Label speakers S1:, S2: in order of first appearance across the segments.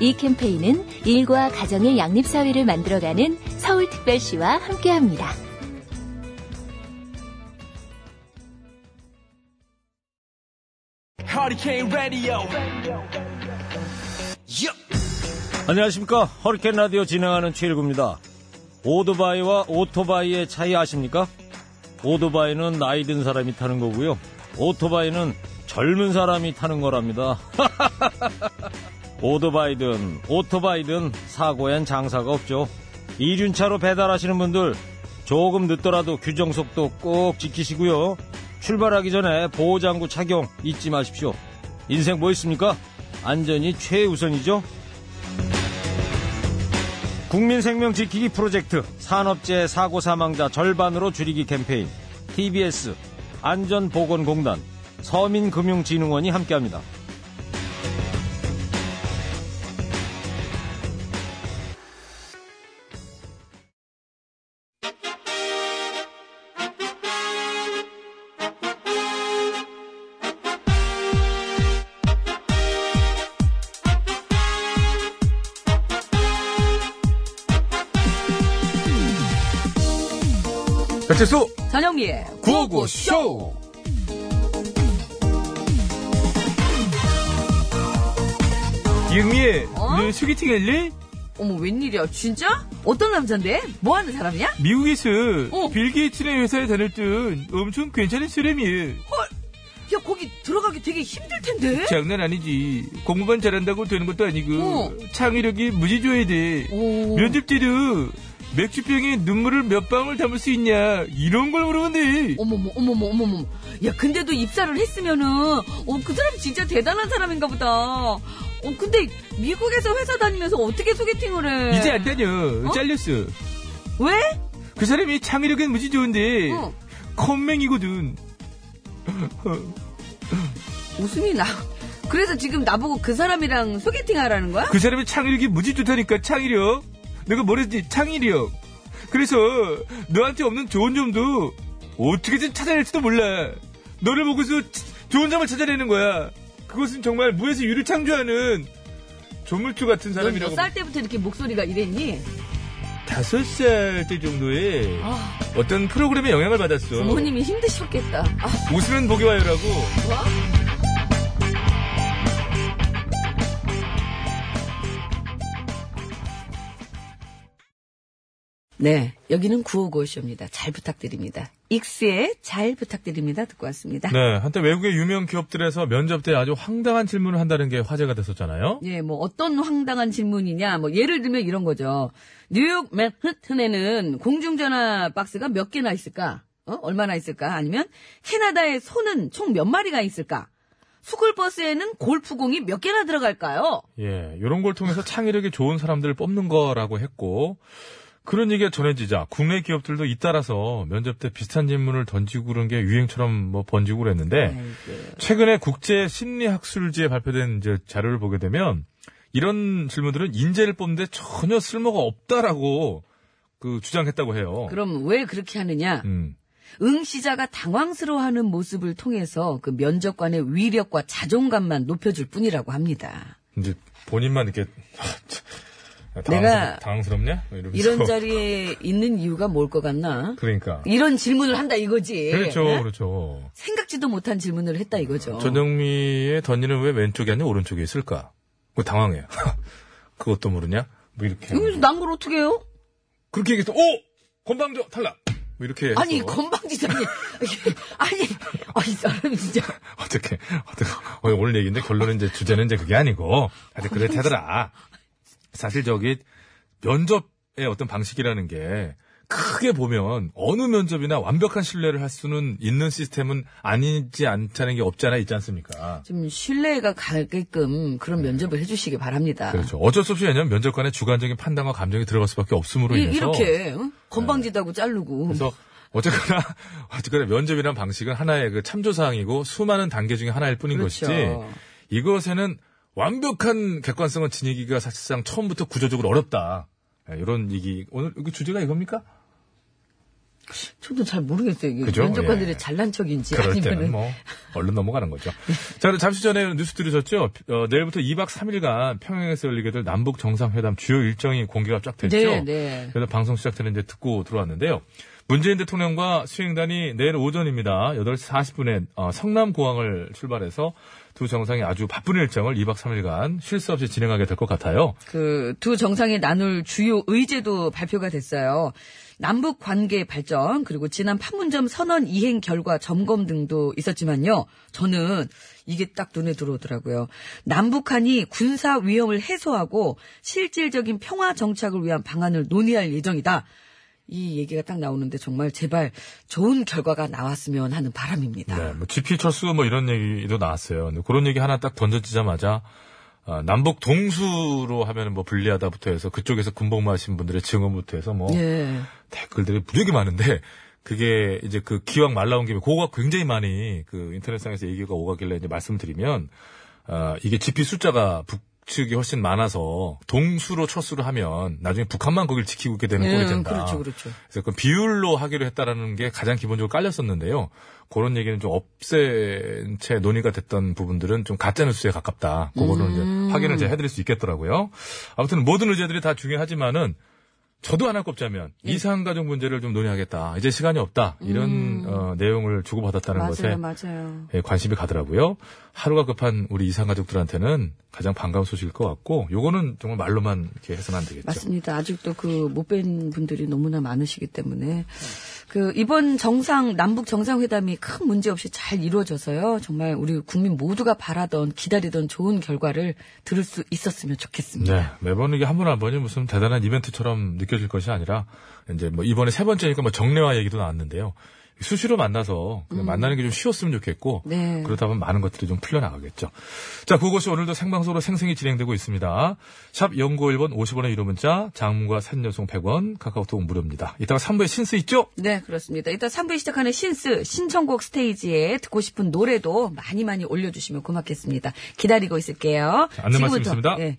S1: 이 캠페인은 일과 가정의 양립사회를 만들어가는 서울특별시와 함께합니다.
S2: 안녕하십니까. 허리케인 라디오 진행하는 최일구입니다. 오토바이와 오토바이의 차이 아십니까? 오토바이는 나이 든 사람이 타는 거고요. 오토바이는 젊은 사람이 타는 거랍니다. 오토바이든 오토바이든 사고엔 장사가 없죠. 이륜차로 배달하시는 분들 조금 늦더라도 규정 속도 꼭 지키시고요. 출발하기 전에 보호장구 착용 잊지 마십시오. 인생 뭐 있습니까? 안전이 최우선이죠. 국민 생명 지키기 프로젝트 산업재해 사고 사망자 절반으로 줄이기 캠페인 TBS 안전보건공단 서민금융진흥원이 함께합니다.
S3: 배칠수
S4: 전영미의
S3: 구호구쇼 이은미의
S4: 어?
S3: 늘 소개팅 할래?
S4: 어머 웬일이야 진짜? 어떤 남잔데? 뭐하는 사람이야?
S3: 미국에서
S4: 어.
S3: 빌 게이츠네 회사에 다닐 땐 엄청 괜찮은 사람이야
S4: 야 거기 들어가기 되게 힘들 텐데
S3: 장난 아니지 공부만 잘한다고 되는 것도 아니고
S4: 어.
S3: 창의력이 무지 줘야 돼
S4: 오.
S3: 면접대로 맥주병에 눈물을 몇 방울 담을 수 있냐 이런 걸 물어보네
S4: 어머머 어머머 어머머 야 근데도 입사를 했으면은 어 그 사람 진짜 대단한 사람인가 보다 어 근데 미국에서 회사 다니면서 어떻게 소개팅을 해
S3: 이제 안 다녀 잘렸어
S4: 왜?
S3: 그 사람이 창의력은 무지 좋은데
S4: 어.
S3: 컴맹이거든
S4: 웃음이 나 그래서 지금 나보고 그 사람이랑 소개팅 하라는 거야?
S3: 그 사람의 창의력이 무지 좋다니까 창의력 내가 뭐랬지 창의력 그래서 너한테 없는 좋은 점도 어떻게든 찾아낼지도 몰라 너를 보고서 치- 좋은 점을 찾아내는 거야 그것은 정말 무에서 유를 창조하는 조물주 같은
S4: 넌 몇
S3: 사람이라고
S4: 살 때부터 이렇게 목소리가 이랬니?
S3: 다섯 살 때 정도에
S4: 아
S3: 어떤 프로그램에 영향을 받았어
S4: 부모님이 힘드셨겠다 아,
S3: 웃으면 보기 와요라고
S4: 와. 네, 여기는 955쇼입니다. 잘 부탁드립니다. 익스의 잘 부탁드립니다. 듣고 왔습니다.
S3: 네 한때 외국의 유명 기업들에서 면접 때 아주 황당한 질문을 한다는 게 화제가 됐었잖아요
S4: 예, 뭐 어떤 황당한 질문이냐, 뭐 예를 들면 이런 거죠. 뉴욕 맨하튼에는 공중전화 박스가 몇 개나 있을까? 어? 얼마나 있을까? 아니면 캐나다에 소는 총 몇 마리가 있을까? 스쿨버스에는 골프공이 몇 개나 들어갈까요?
S3: 예, 요런 걸 통해서 창의력이 좋은 사람들을 뽑는 거라고 했고, 그런 얘기가 전해지자 국내 기업들도 잇따라서 면접 때 비슷한 질문을 던지고 그런 게 유행처럼 뭐 번지고
S4: 네.
S3: 그랬는데,
S4: 아이고.
S3: 최근에 국제 심리학술지에 발표된 이제 자료를 보게 되면, 이런 질문들은 인재를 뽑는데 전혀 쓸모가 없다라고 그 주장했다고 해요.
S4: 그럼 왜 그렇게 하느냐?
S3: 음.
S4: 응시자가 당황스러워하는 모습을 통해서 그 면접관의 위력과 자존감만 높여줄 뿐이라고 합니다.
S3: 이제 본인만 이렇게, 아, 참,
S4: 내가
S3: 당황스럽냐? 이러면서.
S4: 이런 자리에 있는 이유가 뭘 것 같나?
S3: 그러니까.
S4: 이런 질문을 한다 이거지.
S3: 그렇죠,
S4: 네?
S3: 그렇죠.
S4: 생각지도 못한 질문을 했다 이거죠.
S3: 전영미의 던지는 왜 왼쪽이 아니라 오른쪽에 있을까? 그거 당황해요. 그것도 모르냐? 뭐 이렇게.
S4: 여기서 난걸 어떻게 해요?
S3: 그렇게 얘기해서, 오! 건방져! 탈락! 뭐 이렇게. 해서
S4: 아니 건방지다니. 이게, 아니, 아, 이 사람이 진짜.
S3: 어떻게, 어떻게, 어, 오늘 얘기인데 결론은 이제 주제는 이제 그게 아니고. 하여튼 그래, 되더라. 사실 저기 면접의 어떤 방식이라는 게 크게 보면 어느 면접이나 완벽한 신뢰를 할 수는 있는 시스템은 아니지 않다는 게 없지 않아 있지 않습니까?
S4: 좀 신뢰가 가게끔 그런 면접을 해주시기 바랍니다.
S3: 그렇죠. 어쩔 수 없이 왜냐면 면접관의 주관적인 판단과 감정이 들어갈 수밖에 없음으로
S4: 이,
S3: 인해서 네.
S4: 이렇게 어? 건방지다고 자르고
S3: 그래서 어쨌거나 어쨌거나 면접이란 방식은 하나의 그 참조 사항이고 수많은 단계 중에 하나일 뿐인
S4: 그렇죠.
S3: 것이지 이것에는 완벽한 객관성을 지니기가 사실상 처음부터 구조적으로 어렵다. 예, 이런 얘기 오늘 여기 주제가 이겁니까?
S4: 저도 잘 모르겠어요. 이게
S3: 그죠?
S4: 면접관들이
S3: 예.
S4: 잘난 척인지
S3: 그럴 때는
S4: 아니면은 네.
S3: 뭐 얼른 넘어가는 거죠. 자, 그럼 잠시 전에 뉴스 들으셨죠? 어, 내일부터 2박 3일간 평양에서 열리게 될 남북 정상회담 주요 일정이 공개가 쫙 됐죠.
S4: 네, 네.
S3: 그래서 방송 시작되는 이제 듣고 들어왔는데요. 문재인 대통령과 수행단이 내일 오전입니다. 8시 40분에 어, 성남 공항을 출발해서 두 정상이 아주 바쁜 일정을 2박 3일간 쉴 수 없이 진행하게 될 것 같아요.
S4: 그 두 정상이 나눌 주요 의제도 발표가 됐어요. 남북 관계 발전 그리고 지난 판문점 선언 이행 결과 점검 등도 있었지만요. 저는 이게 딱 눈에 들어오더라고요. 남북한이 군사 위험을 해소하고 실질적인 평화 정착을 위한 방안을 논의할 예정이다. 이 얘기가 딱 나오는데 정말 제발 좋은 결과가 나왔으면 하는 바람입니다.
S3: 네, 뭐 GP 철수 뭐 이런 얘기도 나왔어요. 근데 그런 얘기 하나 딱 던져지자마자 아, 남북 동수로 하면 뭐 불리하다부터 해서 그쪽에서 군복무 하신 분들의 증언부터 해서 뭐
S4: 예.
S3: 댓글들이 무지하게 많은데 그게 이제 그 기왕 말 나온 김에 그거가 굉장히 많이 그 인터넷상에서 얘기가 오가길래 이제 말씀드리면 아, 이게 GP 숫자가 북측이 훨씬 많아서 동수로 철수를 하면 나중에 북한만 거길 지키고 있게 되는 꼴이
S4: 예,
S3: 된다.
S4: 그렇죠, 그렇죠.
S3: 그래서 그 비율로 하기로 했다라는 게 가장 기본적으로 깔렸었는데요. 그런 얘기는 좀 없앤 채 논의가 됐던 부분들은 좀 가짜뉴스에 가깝다. 그거는
S4: 음.
S3: 이제 확인을 제가 해드릴 수 있겠더라고요. 아무튼 모든 의제들이 다 중요하지만은 저도 하나 꼽자면
S4: 예.
S3: 이상가족 문제를 좀 논의하겠다. 이제 시간이 없다. 이런 어, 내용을 주고받았다는 것에
S4: 음. 맞아요, 맞아요.
S3: 예, 관심이 가더라고요. 하루가 급한 우리 이상가족들한테는 가장 반가운 소식일 것 같고 요거는 정말 말로만 이렇게 해서는 안 되겠죠.
S4: 맞습니다. 아직도 그 못 뵌 분들이 너무나 많으시기 때문에 그 이번 정상 남북 정상회담이 큰 문제 없이 잘 이루어져서요. 정말 우리 국민 모두가 바라던 기다리던 좋은 결과를 들을 수 있었으면 좋겠습니다.
S3: 네, 매번 이게 한 번 한 번이 무슨 대단한 이벤트처럼 느껴질 것이 아니라 이제 뭐 이번에 세 번째니까 뭐 정례화 얘기도 나왔는데요. 수시로 만나서 그냥 만나는 게 좀 쉬웠으면 좋겠고
S4: 네.
S3: 그러다 보면 많은 것들이 좀 풀려나가겠죠. 자, 그것이 오늘도 생방송으로 생생히 진행되고 있습니다. 샵 연구 1번 50원의 유료 문자, 장문과 산여송 100원, 카카오톡 무료입니다. 이따가 3부에 신스 있죠?
S4: 네, 그렇습니다. 일단 3부에 시작하는 신스 신청곡 스테이지에 듣고 싶은 노래도 많이 많이 올려주시면 고맙겠습니다. 기다리고 있을게요.
S3: 자, 안내 말씀 있습니다.
S4: 예.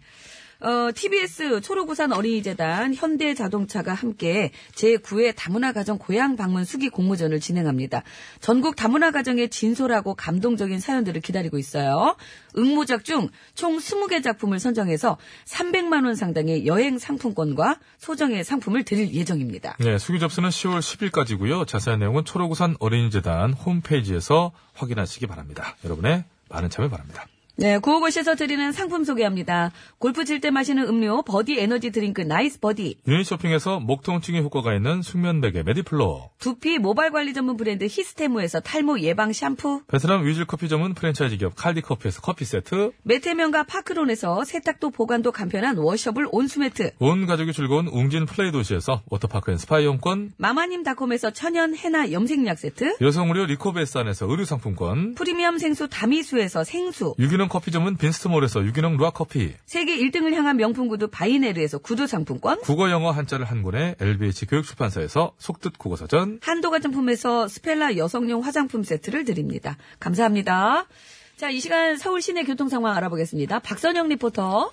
S4: 어, TBS 초록우산 어린이재단 현대자동차가 함께 제9회 다문화 가정 고향 방문 수기 공모전을 진행합니다. 전국 다문화 가정의 진솔하고 감동적인 사연들을 기다리고 있어요. 응모작 중 총 20개 작품을 선정해서 300만 원 상당의 여행 상품권과 소정의 상품을 드릴 예정입니다.
S3: 네, 수기 접수는 10월 10일까지고요. 자세한 내용은 초록우산 어린이재단 홈페이지에서 확인하시기 바랍니다. 여러분의 많은 참여 바랍니다.
S4: 네, 구호고시에서 드리는 상품 소개합니다. 골프 칠 때 마시는 음료 버디 에너지 드링크 나이스 버디.
S3: 유닛 쇼핑에서 목통증에 효과가 있는 숙면 베개 메디플로어.
S4: 두피 모발 관리 전문 브랜드 히스테모에서 탈모 예방 샴푸.
S3: 베트남 위즐 커피 전문 프랜차이즈 기업 칼디 커피에서 커피 세트.
S4: 메테면과 파크론에서 세탁도 보관도 간편한 워셔블 온수매트.
S3: 온 가족이 즐거운 웅진 플레이 도시에서 워터파크 앤 스파 이용권.
S4: 마마님닷컴에서 천연 해나 염색약 세트.
S3: 여성 의료 리코베스안에서 의류 상품권.
S4: 프리미엄 생수 다미수에서 생수.
S3: 유기농 커피 전문 빈스트몰에서 유기농 루아 커피.
S4: 세계 1등을 향한 명품 구두 바이네르에서 구두 상품권.
S3: 국어 영어 한자를 한 권에 LBH 교육 출판사에서 속뜻 국어 사전.
S4: 한도가 정품에서 스펠라 여성용 화장품 세트를 드립니다. 감사합니다. 자, 이 시간 서울 시내 교통 상황 알아보겠습니다. 박선영 리포터.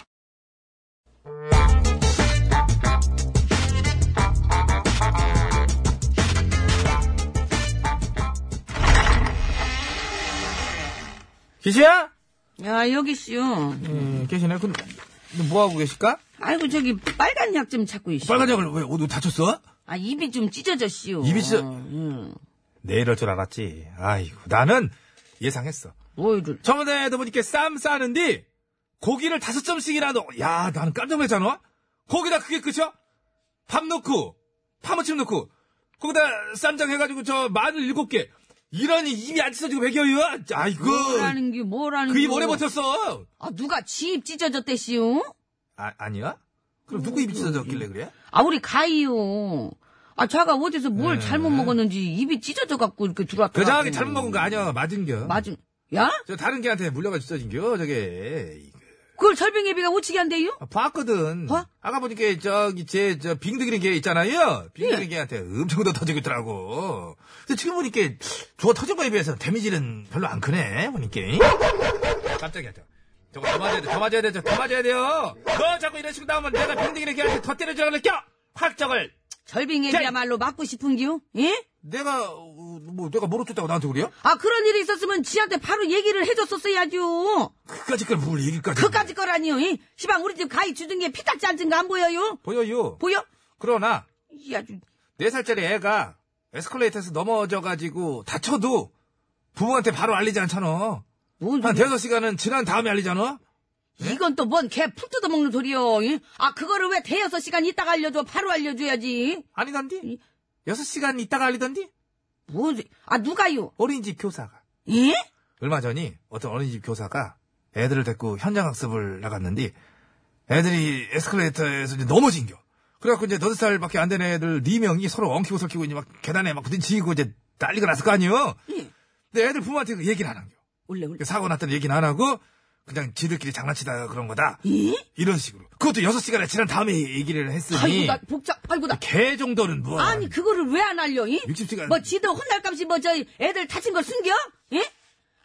S5: 기시야?
S4: 야, 여기 씨요.
S5: 음, 계시네. 그럼 뭐 하고 계실까?
S4: 아이고, 저기 빨간 약 좀 찾고 있어.
S5: 빨간약을 왜 옷 다쳤어?
S4: 아, 입이 좀 음, 찢어져 씨요.
S5: 입이 찢어-
S4: 응.
S5: 내 이럴 줄 알았지. 아이고, 나는 예상했어.
S4: 뭐 이럴.
S5: 저번에도 보니까 쌈 싸는데 고기를 다섯 점씩이라도 야 나는 깜짝 놀랐잖아 거기다 그게 끝이야 밥 넣고 파무침 넣고 거기다 쌈장 해가지고 저 마늘 일곱 개 이러니 입이 안 찢어지고 백여유 아이고
S4: 뭐라는 게 뭐라는
S5: 그
S4: 게.
S5: 입 오래 버텼어
S4: 아, 누가 지 입 찢어졌대 씨요?
S5: 아, 아니야? 그럼 누구 입이 찢어졌길래 그래?
S4: 아, 우리 가이요. 아, 자가 어디서 뭘 잘못 먹었는지 입이 찢어져갖고 이렇게 들어왔다.
S3: 네. 그장하게 잘못 먹은 거 아니야. 맞은겨.
S4: 맞음. 야?
S3: 저 다른 개한테 물려가 주어진겨, 저게. 이거.
S4: 그걸 절빙예비가 우치게 한대요?
S3: 아, 봤거든.
S4: 봐?
S3: 아까 보니까 저기 제 저 빙득이는 개 있잖아요. 빙득이는
S4: 예.
S3: 개한테 엄청 더 터지고 있더라고. 근데 지금 보니까 주어 터진 거에 비해서 데미지는 별로 안 크네. 보니까. 깜짝이야. 저. 저거 더 맞아야 돼. 더 맞아야 돼. 저거 더 맞아야 돼요. 너 자꾸 이런 식으로 나오면 내가 빙득이는 개한테 더 때려주라고 느껴. 확정을.
S4: 절빙예비야말로 맞고 싶은기요? 예?
S3: 내가 어, 뭐 내가 뭐로 쫓다고 나한테 그래요?
S4: 아, 그런 일이 있었으면 지한테 바로 얘기를 해줬었어야죠.
S3: 그까짓 걸뭘 얘기까지.
S4: 그까짓 거라니요. 이? 시방 우리 집 가히 주둔 게 피딱지 않은 거안 보여요?
S3: 보여요.
S4: 보여?
S3: 그러나
S4: 이 아주
S3: 네살짜리 애가 에스컬레이터에서 넘어져가지고 다쳐도 부모한테 바로 알리지 않잖아. 네?
S4: 뭔
S3: 한
S4: 소리야.
S3: 대여섯 시간은 지난 다음에 알리잖아?
S4: 뭐, 네? 이건 또 뭔 개 풀 뜯어먹는 소리요. 이? 아, 그거를 왜 대여섯 시간 이따가 알려줘? 바로 알려줘야지.
S3: 아니던디? 여섯 시간 있다가 알리던디?
S4: 뭔, 소- 아, 누가요?
S3: 어린이집 교사가.
S4: 예?
S3: 얼마 전이 어떤 어린이집 교사가 애들을 데리고 현장학습을 나갔는데 애들이 에스컬레이터에서 이제 넘어진겨. 그래갖고 이제 너덟 살밖에 안 된 애들 네 명이 서로 엉키고 설키고 이제 막 계단에 막 부딪히고 이제 난리가 났을 거 아니에요? 근데 애들 부모한테 그 얘기를 안 한겨.
S4: 원래, 원래.
S3: 그 사고 났던 얘기는 안 하고 그냥 지들끼리 장난치다가 그런 거다.
S4: 예?
S3: 이런 식으로. 그것도 여섯 시간에 지난 다음에 얘기를
S4: 아이고,
S3: 했으니
S4: 나 복잡, 아이고, 나.
S3: 개 정도는 뭐
S4: 아니, 그거를 왜 안 알려? 이?
S3: 60시간
S4: 뭐 지들 혼날 값이 뭐 저 애들 다친 걸 숨겨? 예?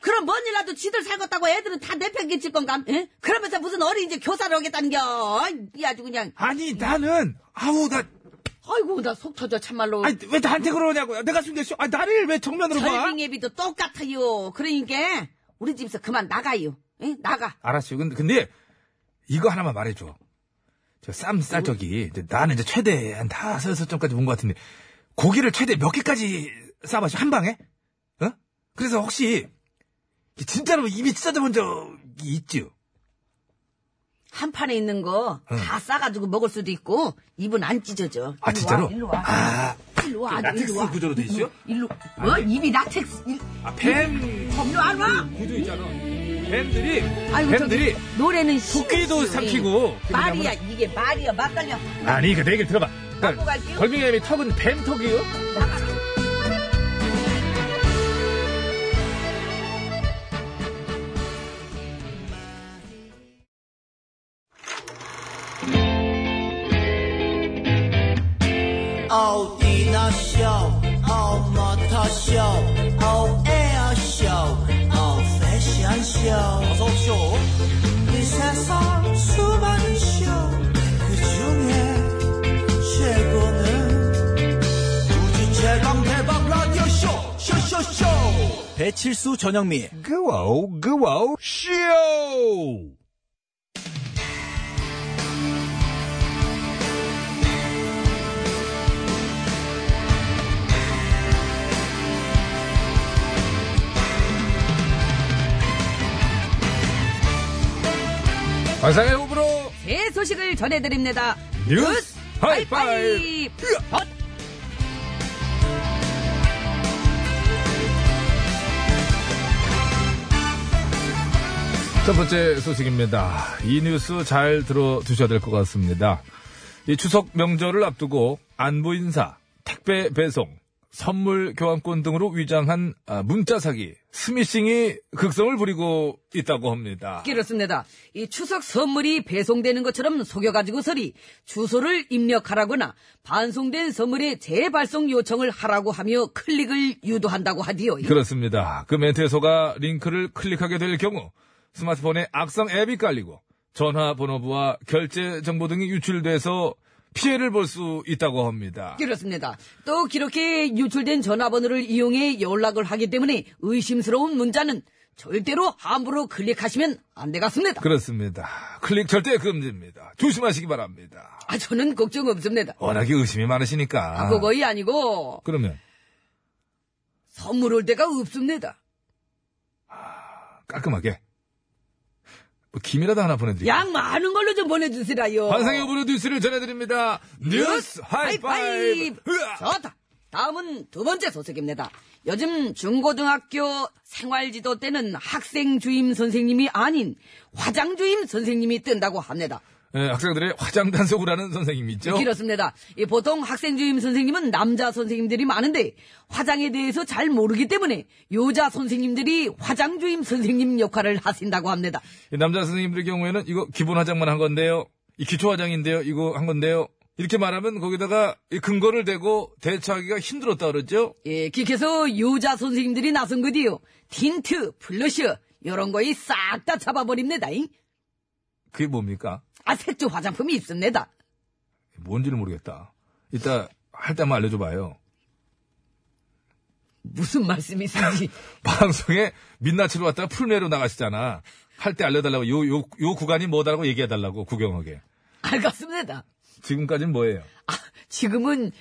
S4: 그럼 뭔 일라도 지들 살겄다고 애들은 다 내팽개칠 건가? 예? 그러면서 무슨 어린이집 교사를 하겠다는겨? 이 아주 그냥
S3: 아니 나는 아우 나
S4: 아이고 나 속 터져 참말로
S3: 아니 왜 나한테 그러냐고 내가 숨겼어 아 나를 왜 정면으로 봐
S4: 절빙 예비도 똑같아요 그러니까 우리 집에서 그만 나가요 예? 나가
S3: 알았어요 근데, 근데 이거 하나만 말해줘 저 쌈쌀적이 이제 나는 이제 최대 한 다섯 여섯 점까지 본 것 같은데 고기를 최대 몇 개까지 싸봤어 한 방에 어 그래서 혹시 진짜로 입이 찢어져 본 적이 있죠
S4: 한 판에 있는 거 다 싸가지고 먹을 수도 있고 입은 안 찢어져
S3: 아 진짜로
S4: 일로 와
S3: 아
S4: 일로 와 아주 일로
S3: 라텍스
S4: 와
S3: 구조로 돼 있어요 아, 네.
S4: 일로 뭐 입이 라텍스 일,
S3: 아뱀
S4: 일로 안와
S3: 구조 있잖아 뱀들이
S4: 아이고 저기 네.
S3: 뱀들이
S4: 노래는 심-
S3: 끼도 삼키고
S4: 말이야 이게 말이야 막걸려
S3: 아니 그 얘기를 들어봐 그
S4: 갖고 갈게요.
S3: 걸빙애미 턱은 뱀 턱이요?
S6: 어디나 쇼 어머터 쇼 어에어 쇼 어패션 쇼 어서 오쇼 이 세상 수많은 쇼그 중에 최고는 우주 최강 대박 라디오 쇼 쇼쇼쇼 배칠수 전영미
S3: 그와우 그와우 쇼 환상의 호불호
S4: 새 소식을 전해드립니다
S3: 뉴스 하이파이브
S4: 하이파이브
S3: 첫 번째 소식입니다. 이 뉴스 잘 들어두셔야 될 것 같습니다. 이 추석 명절을 앞두고 안보 인사, 택배 배송, 선물 교환권 등으로 위장한 아, 문자 사기, 스미싱이 극성을 부리고 있다고 합니다.
S4: 그렇습니다. 이 추석 선물이 배송되는 것처럼 속여가지고서리 주소를 입력하라거나 반송된 선물의 재발송 요청을 하라고 하며 클릭을 유도한다고 하디요.
S3: 그렇습니다. 그 멘트에서가 링크를 클릭하게 될 경우 스마트폰에 악성 앱이 깔리고 전화번호부와 결제 정보 등이 유출돼서 피해를 볼 수 있다고 합니다.
S4: 그렇습니다. 또 기록해 유출된 전화번호를 이용해 연락을 하기 때문에 의심스러운 문자는 절대로 함부로 클릭하시면 안 되겠습니다.
S3: 그렇습니다. 클릭 절대 금지입니다. 조심하시기 바랍니다.
S4: 아 저는 걱정 없습니다.
S3: 워낙에 의심이 많으시니까.
S4: 아, 그거이 아니고
S3: 그러면
S4: 선물 올 데가 없습니다.
S3: 깔끔하게 뭐 김이라도 하나 보내드릴게요.
S4: 양 많은 걸로 좀 보내주시라요.
S3: 환상의 오브로 뉴스를 전해드립니다. 뉴스 하이파이브! 으아!
S4: 좋다. 다음은 두 번째 소식입니다. 요즘 중고등학교 생활지도 때는 학생 주임 선생님이 아닌 화장 주임 선생님이 뜬다고 합니다.
S3: 예, 학생들의 화장 단속을 하는 선생님이 있죠.
S4: 그렇습니다. 이 보통 학생 주임 선생님은 남자 선생님들이 많은데 화장에 대해서 잘 모르기 때문에 여자 선생님들이 화장 주임 선생님 역할을 하신다고 합니다.
S3: 이 남자 선생님들 경우에는 이거 기본 화장만 한 건데요. 이 기초 화장인데요. 이거 한 건데요. 이렇게 말하면 거기다가 이 근거를 대고 대처하기가 힘들었다 그러죠.
S4: 예, 기해서 여자 선생님들이 나선 거디요. 틴트, 블러셔 이런 거에 싹 다 잡아버립니다.
S3: 그게 뭡니까?
S4: 아, 색조 화장품이 있습니다.
S3: 뭔지를 모르겠다. 이따 할 때만 알려줘봐요.
S4: 무슨 말씀이신지.
S3: 방송에 민낯으로 왔다가 풀내로 나가시잖아. 할 때 알려달라고 요 요 요 구간이 뭐다라고 얘기해달라고 구경하게.
S4: 알겠습니다.
S3: 지금까지는 뭐예요?
S4: 아, 지금은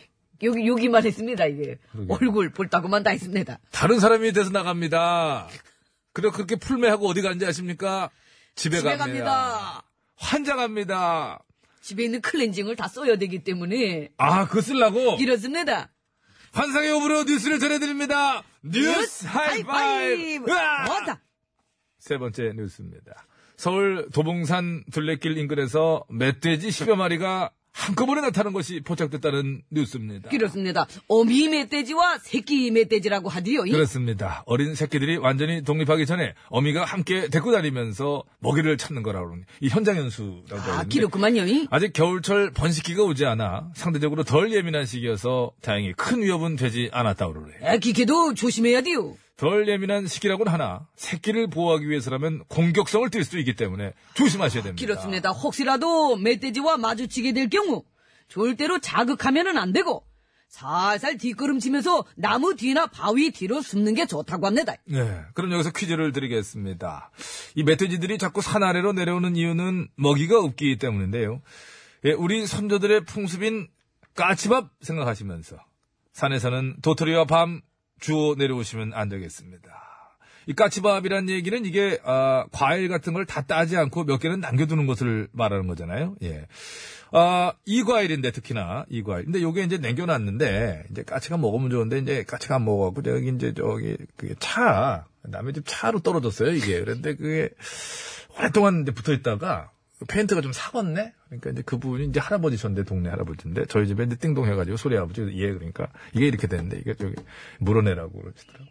S4: 여기, 여기만 했습니다, 이게. 얼굴 볼따구만 다 했습니다.
S3: 다른 사람이 돼서 나갑니다. 그래 그렇게 풀매하고 어디 가는지 아십니까? 집에,
S4: 집에
S3: 갑니다.
S4: 갑니다.
S3: 환장합니다.
S4: 집에 있는 클렌징을 다 써야 되기 때문에.
S3: 아, 그거 쓰려고?
S4: 이렇습니다.
S3: 환상의 오브로 뉴스를 전해드립니다. 뉴스 하이파이브! 으아!
S4: 뭐다?
S3: 세 번째 뉴스입니다. 서울 도봉산 둘레길 인근에서 멧돼지 10여 마리가 한꺼번에 나타난 것이 포착됐다는 뉴스입니다.
S4: 이렇습니다. 어미 멧돼지와 새끼 멧돼지라고 하디요. 이?
S3: 그렇습니다. 어린 새끼들이 완전히 독립하기 전에 어미가 함께 데리고 다니면서 먹이를 찾는 거라고 합니다. 이 현장 연수라고
S4: 아,
S3: 하거든요.
S4: 그렇구만요. 이?
S3: 아직 겨울철 번식기가 오지 않아 상대적으로 덜 예민한 시기여서 다행히 큰 위협은 되지 않았다고 그러네요.
S4: 아, 기계도 조심해야 돼요.
S3: 덜 예민한 시기라고는 하나 새끼를 보호하기 위해서라면 공격성을 띨 수도 있기 때문에 조심하셔야
S4: 아,
S3: 됩니다.
S4: 그렇습니다. 혹시라도 멧돼지와 마주치게 될 경우 절대로 자극하면은 안 되고 살살 뒷걸음치면서 나무 뒤나 바위 뒤로 숨는 게 좋다고 합니다.
S3: 네, 그럼 여기서 퀴즈를 드리겠습니다. 이 멧돼지들이 자꾸 산 아래로 내려오는 이유는 먹이가 없기 때문인데요. 예, 우리 선조들의 풍습인 까치밥 생각하시면서 산에서는 도토리와 밤 주워 내려오시면 안 되겠습니다. 이 까치밥이란 얘기는 이게 아, 과일 같은 걸 다 따지 않고 몇 개는 남겨두는 것을 말하는 거잖아요. 예. 아, 이 과일인데 특히나 이 과일. 근데 요게 이제 냉겨놨는데 이제 까치가 먹으면 좋은데 이제 까치가 안 먹어갖고 저기 이제 저기 그게 차 남의 집 차로 떨어졌어요 이게. 그런데 그게 오랫동안 이제 붙어 있다가 페인트가 좀 사갔네. 그러니까 이제 그분이 이제 할아버지셨는데 동네 할아버지인데 저희 집에 이제 띵동 해가지고 소리 아버지 예 그러니까 이게 이렇게 됐는데 이게 저기 물어내라고 그러시더라고.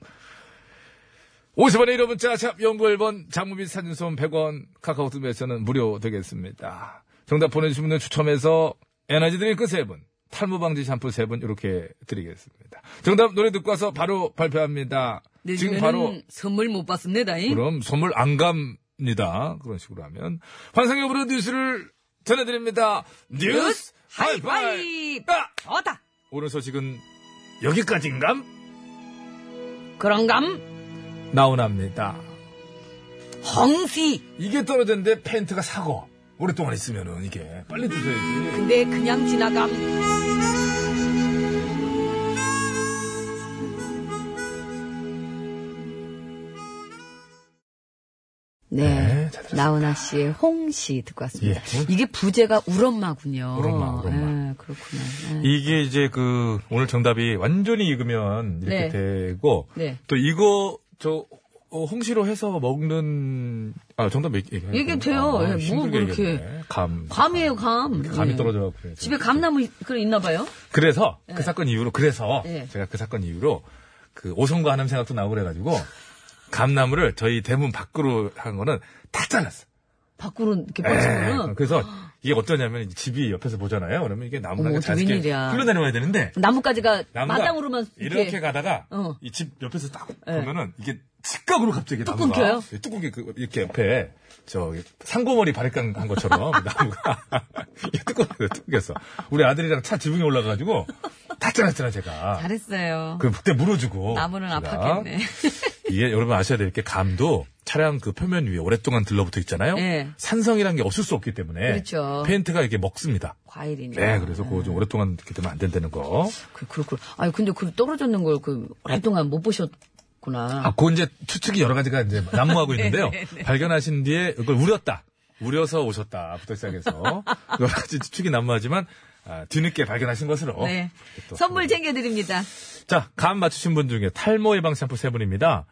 S3: 50원의 1호 문자, 샵 연구 1번, 장무비 사진소음 100원, 카카오톡 메시는 무료 되겠습니다. 정답 보내주신 분들 추첨해서 에너지 드링크 3분, 탈모 방지 샴푸 3분 이렇게 드리겠습니다. 정답 노래 듣고 와서 바로 발표합니다. 지금
S4: 늦으면
S3: 바로
S4: 선물 못 받습니다.
S3: 그럼 선물 안 갑니다. 그런 식으로 하면 환상의 오브로 뉴스를 전해드립니다. 뉴스 하이파이!
S4: 하이파이브!
S3: 아!
S4: 좋다.
S3: 오늘 소식은 여기까지인감?
S4: 그런감?
S3: 나오납니다.
S4: 헝시.
S3: 이게 떨어졌는데 페인트가 사고 오랫동안 있으면은 이게 빨리 주셔야지.
S4: 근데 그냥 지나감.
S3: 네,
S7: 네.
S3: 잘 들었습니다.
S7: 나훈아 씨의 홍시 듣고 왔습니다.
S3: 예.
S7: 이게 부제가 울엄마군요.
S3: 울엄마, 울엄마.
S7: 예, 그렇구나. 예.
S3: 이게 이제 그 오늘 정답이 완전히 익으면 이렇게
S4: 네.
S3: 되고
S4: 네.
S3: 또 이거 저 어, 홍시로 해서 먹는 아 정답 얘기
S4: 얘기해도 돼요. 예, 뭐 그렇게.
S3: 감
S4: 감이에요, 감.
S3: 감이
S4: 예.
S3: 떨어져 갖고
S4: 집에 감나무 있- 그런 있나 봐요?
S3: 그래서 그 사건 이후로 그래서
S4: 예.
S3: 제가 그 사건 이후로 그 오성과 하남 생각도 나고 그래가지고 감나무를 저희 대문 밖으로 한 거는 다 잘랐어.
S4: 밖으로 이렇게
S3: 네.
S4: 빠지면은
S3: 그래서 이게 어떠냐면 이제 집이 옆에서 보잖아요. 그러면 이게 나무가
S4: 어머,
S3: 자연스럽게
S4: 웬일이야.
S3: 흘러내려와야 되는데
S4: 나뭇가지가
S3: 나무가
S4: 마당으로만
S3: 이렇게,
S4: 이렇게,
S3: 가다가
S4: 어.
S3: 이 집 옆에서 딱
S4: 네.
S3: 보면은 이게 직각으로 갑자기
S4: 뚝
S3: 나무가
S4: 끊겨요?
S3: 예, 뚝 끊겨 그 이렇게 옆에 저 상고머리 바리깡 한 것처럼 나무가 이게 뚝 끊겨 뚝 끊겼어. 우리 아들이랑 차 지붕에 올라가지고 다 잘랐잖아 제가.
S7: 잘했어요.
S3: 그 그때 물어주고
S7: 나무는
S3: 제가.
S7: 아팠겠네.
S3: 이게 여러분 아셔야 될 게 감도 차량 그 표면 위에 오랫동안 들러붙어 있잖아요.
S4: 예.
S3: 산성이란 게 없을 수 없기 때문에
S7: 그렇죠.
S3: 페인트가 이렇게 먹습니다.
S4: 음.
S7: 과일이니까.
S3: 네, 그래서 그거 좀 오랫동안 이렇게 되면 안 된다는 거.
S7: 그, 그렇구나. 아니, 근데 그 떨어졌는 걸 그 오랫동안 못 보셨구나.
S3: 아, 그 이제 추측이 여러 가지가 이제 난무하고
S4: 네,
S3: 있는데요. 발견하신 뒤에 그걸 우렸다. 우려서 오셨다부터 시작해서 여러 가지 추측이 난무하지만 아, 뒤늦게 발견하신 것으로.
S4: 네.
S3: 또
S4: 선물 챙겨드립니다.
S3: 자, 감 맞추신 분 중에 탈모 예방 샴푸 세 분입니다.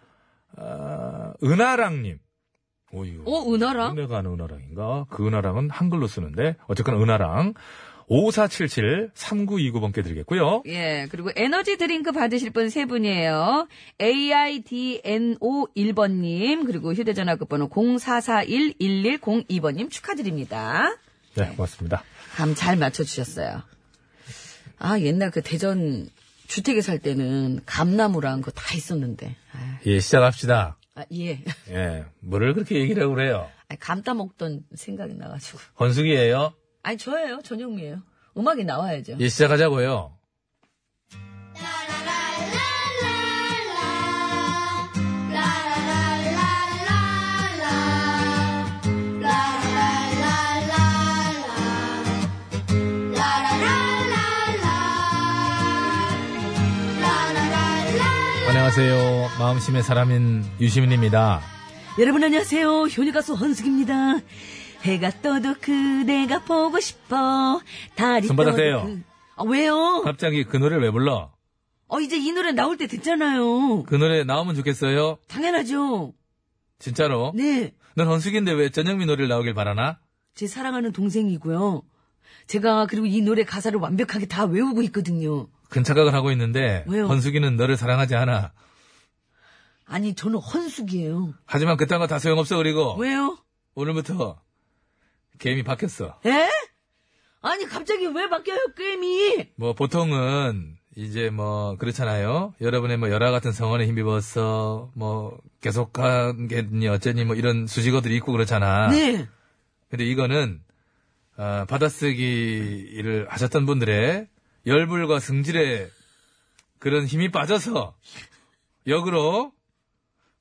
S3: 아, 은하랑님. 오유.
S4: 오, 어, 은하랑?
S3: 내가 아는 은하랑인가? 그 은하랑은 한글로 쓰는데, 어쨌거나 은하랑. 5477-3929번께 드리겠고요.
S4: 예, 그리고 에너지 드링크 받으실 분 세 분이에요. AIDNO 1번님, 그리고 휴대전화 끝번호 0441-1102번님 축하드립니다.
S3: 네, 고맙습니다.
S4: 감 잘 맞춰주셨어요. 아, 옛날 그 대전 주택에 살 때는 감나무랑 그거 다 있었는데. 아,
S3: 예, 시작합시다.
S4: 아, 예.
S3: 예, 뭐를 그렇게 얘기를 하고 그래요?
S4: 아니, 감 따먹던 생각이 나가지고.
S3: 헌숙이에요.
S4: 아니, 저예요. 전영미예요. 음악이 나와야죠.
S3: 예, 시작하자고요. 안녕하세요. 마음심의 사람인 유시민입니다.
S4: 여러분 안녕하세요. 효녀 가수 헌숙입니다. 해가 떠도 그대가 보고 싶어. 달이
S3: 손바닥
S4: 떠도
S3: 대요.
S4: 그- 아, 왜요?
S3: 갑자기 그 노래를 왜 불러?
S4: 어, 이제 이 노래 나올 때 됐잖아요.
S3: 그 노래 나오면 좋겠어요?
S4: 당연하죠.
S3: 진짜로?
S4: 네.
S3: 넌 헌숙인데 왜 전영미 노래를 나오길 바라나?
S4: 제 사랑하는 동생이고요. 제가 그리고 이 노래 가사를 완벽하게 다 외우고 있거든요.
S3: 큰 착각을 하고 있는데
S4: 왜요?
S3: 헌숙이는 너를 사랑하지 않아.
S4: 아니, 저는 헌숙이에요.
S3: 하지만 그딴 거 다 소용없어 그리고
S4: 왜요?
S3: 오늘부터 게임이 바뀌었어.
S4: 에? 아니, 갑자기 왜 바뀌어요, 게임이?
S3: 뭐 보통은 이제 뭐 그렇잖아요. 여러분의 뭐 열화 같은 성원에 힘입어서 뭐 계속하겠니 어쩌니 뭐 이런 수식어들이 있고 그렇잖아.
S4: 네.
S3: 근데 이거는 아, 받아쓰기를 하셨던 분들의 열불과 승질에 그런 힘이 빠져서 역으로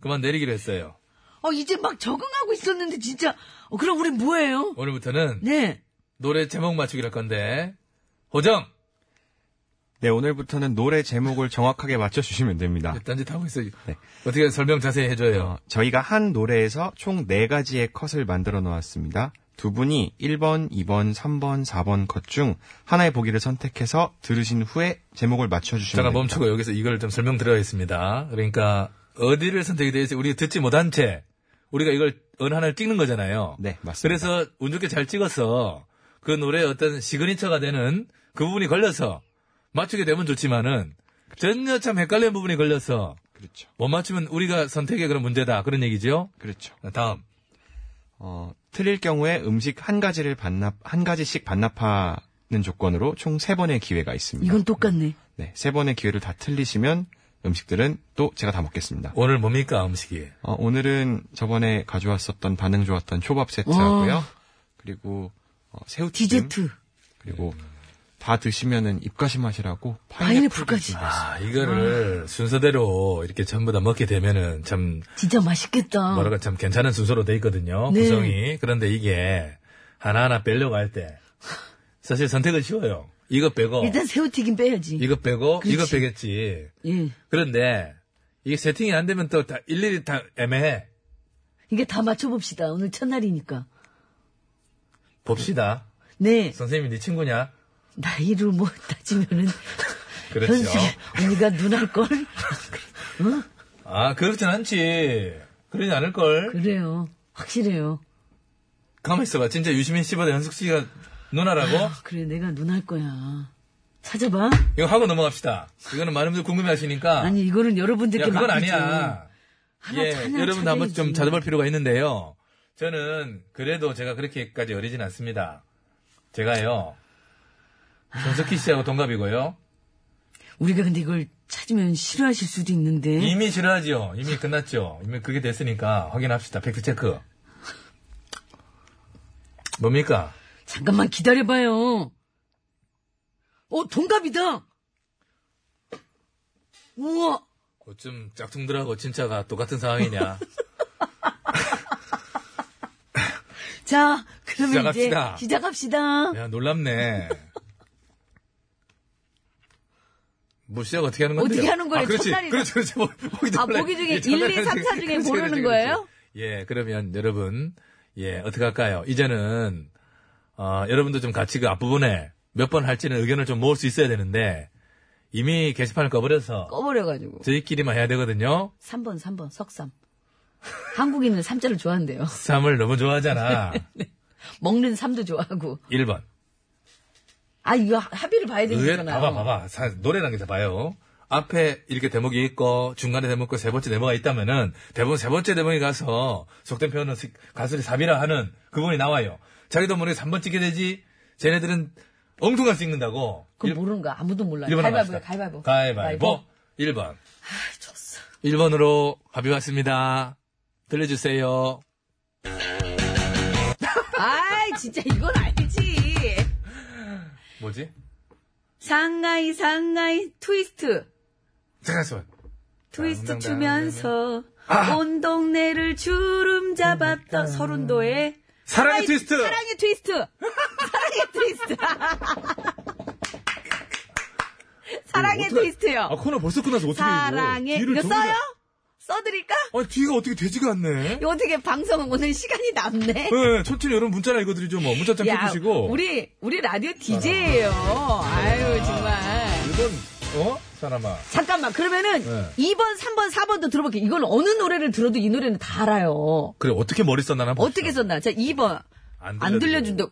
S3: 그만 내리기로 했어요.
S4: 어, 이제 막 적응하고 있었는데, 진짜. 어, 그럼 우린 뭐예요?
S3: 오늘부터는
S4: 네.
S3: 노래 제목 맞추기로 할 건데 호정
S8: 네, 오늘부터는 노래 제목을 정확하게 맞춰주시면 됩니다.
S3: 딴짓 하고 있어요. 어떻게 설명 자세히 해줘요.
S8: 네. 어, 저희가 한 노래에서 총 네가지의 컷을 만들어 놓았습니다. 두 분이 1번, 2번, 3번, 4번 컷 중 하나의 보기를 선택해서 들으신 후에 제목을 맞춰주시면
S3: 잠깐
S8: 됩니다.
S3: 멈추고 여기서 이걸 좀 설명드려야겠습니다. 그러니까 어디를 선택이 되어 있어 우리 듣지 못한 채 우리가 이걸 은 하나를 찍는 거잖아요.
S8: 네, 맞습니다.
S3: 그래서 운 좋게 잘 찍어서 그 노래의 어떤 시그니처가 되는 그 부분이 걸려서 맞추게 되면 좋지만은 전혀 참 헷갈리는 부분이 걸려서
S8: 그렇죠.
S3: 못 맞추면 우리가 선택의 그런 문제다 그런 얘기죠.
S8: 그렇죠.
S3: 다음
S8: 어, 틀릴 경우에 음식 한 가지를 반납, 한 가지씩 반납하는 조건으로 총 세 번의 기회가 있습니다.
S4: 이건 똑같네.
S8: 네, 세 번의 기회를 다 틀리시면 음식들은 또 제가 다 먹겠습니다.
S3: 오늘 뭡니까 음식이?
S8: 어, 오늘은 저번에 가져왔었던 반응 좋았던 초밥 세트하고요. 그리고 어, 새우튀김
S3: 음?
S4: 디저트.
S8: 그리고 다 드시면은 입가심 하시라고
S4: 파인애플까지.
S3: 아 이거를 순서대로 이렇게 전부 다 먹게 되면은 참
S4: 진짜 맛있겠다.
S3: 뭐랄까 참 괜찮은 순서로 돼 있거든요.
S4: 어. 네.
S3: 구성이. 그런데 이게 하나하나 빼려고 할때 사실 선택은 쉬워요. 이거 빼고
S4: 일단 새우튀김 빼야지.
S3: 이거 빼고
S4: 그렇지.
S3: 이거 빼겠지.
S4: 예.
S3: 그런데 이게 세팅이 안 되면 또 다 일일이 다 애매해.
S4: 이게 다 맞춰봅시다. 오늘 첫날이니까.
S3: 봅시다.
S4: 네.
S3: 선생님이 네 친구냐?
S4: 나이로 뭐 따지면은.
S3: 그렇죠.
S4: 현숙이 언니가 누날걸?
S3: 아 그렇진 않지. 그러지 않을 걸.
S4: 그래요. 확실해요.
S3: 가만 있어봐. 진짜 유시민 씨보다 현숙 씨가 누나라고?
S4: 아, 그래, 내가 누날 거야. 찾아봐.
S3: 이거 하고 넘어갑시다. 이거는 많은 분들 궁금해하시니까.
S4: 아니, 이거는 여러분들께
S3: 야, 그건
S4: 맡기죠.
S3: 아니야.
S4: 하나
S3: 예,
S4: 찾아-
S3: 여러분도 한번 좀
S4: 찾아야지.
S3: 찾아볼 필요가 있는데요. 저는 그래도 제가 그렇게까지 어리진 않습니다. 제가요. 손석희 씨하고 동갑이고요.
S4: 우리가 근데 이걸 찾으면 싫어하실 수도 있는데.
S3: 이미 싫어하지요. 이미 끝났죠. 이미 그게 됐으니까 확인합시다. 팩트 체크. 뭡니까?
S4: 잠깐만 기다려봐요. 어, 동갑이다! 우와!
S3: 어쩜 짝퉁들하고 진짜가 똑같은 상황이냐.
S4: 자, 그러면
S3: 시작합시다.
S4: 이제 시작합시다.
S3: 야, 놀랍네. 뭐 시작 어떻게 하는 건데?
S4: 어떻게 하는 거예요?
S3: 아, 그렇지.
S4: 첫날이라-
S3: 그렇죠. 그렇죠. 보- 보기도
S4: 아,
S3: 몰라요.
S4: 보기 중에
S3: 예, 첫날이라
S4: 1, 2, 3, 4 중에
S3: 그렇지,
S4: 모르는
S3: 그렇지,
S4: 거예요?
S3: 그렇지. 예, 그러면 여러분, 예, 어떻게 할까요? 이제는, 어, 여러분도 좀 같이 그 앞부분에 몇 번 할지는 의견을 좀 모을 수 있어야 되는데 이미 게시판을 꺼버려서
S4: 꺼버려가지고.
S3: 저희끼리만 해야 되거든요.
S4: 3번, 3번, 석삼. 한국인은 삼자를 좋아한대요.
S3: 쌈을 너무 좋아하잖아.
S4: 네. 먹는 삼도 좋아하고.
S3: 1번.
S4: 아, 이거 합의를 봐야
S3: 의외
S4: 되잖아요.
S3: 봐봐 봐봐 사- 노래라는 게 다 봐요. 앞에 이렇게 대목이 있고 중간에 대목 있고 세 번째 대목이 있다면은 대부분 세 번째 대목에 가서 속된 표현은 스- 가수리 삽이라 하는 그분이 나와요. 자기도 모르게 3번 찍게 되지. 쟤네들은 엉뚱한 찍는다고.
S4: 그거 모르는 거야. 아무도 몰라요.
S3: 번
S4: 가위바위보, 가위바위보.
S3: 가위바위보. 1번. 아,
S4: 졌어.
S3: 1번으로 합의 왔습니다. 들려주세요.
S4: 아이, 진짜 이건 알지.
S3: 뭐지?
S4: 상하이, 상하이, 트위스트.
S3: 잠깐만.
S4: 트위스트 추면서 어,
S3: 아.
S4: 온 동네를 주름
S3: 음,
S4: 잡았던 서른도에
S3: 사랑의 트위스트!
S4: 사랑의 트위스트! 사랑의 트위스트! 사랑의
S3: 어떡해.
S4: 트위스트요.
S3: 아, 코너 벌써 끝나서 어떻게
S4: 사랑의,
S3: 뒤를
S4: 이거
S3: 정리가-
S4: 써요? 써드릴까?
S3: 아, 뒤가 어떻게 되지가 않네.
S4: 이거 어떻게 방송 오늘 시간이 남네?
S3: 네, 천천히 여러분 문자나 읽어드리죠. 뭐 문자창
S4: 야,
S3: 켜주시고.
S4: 우리, 우리 라디오 DJ예요. 아유, 정말.
S3: 이건 어 사람아.
S4: 잠깐만, 그러면은
S3: 네.
S4: 2번, 3번, 4번도 들어볼게요. 이건 어느 노래를 들어도 이 노래는 다 알아요.
S3: 그래 어떻게 머리 썼나 봐.
S4: 어떻게 썼나? 자, 2번.
S3: 안,
S4: 안 들려준다.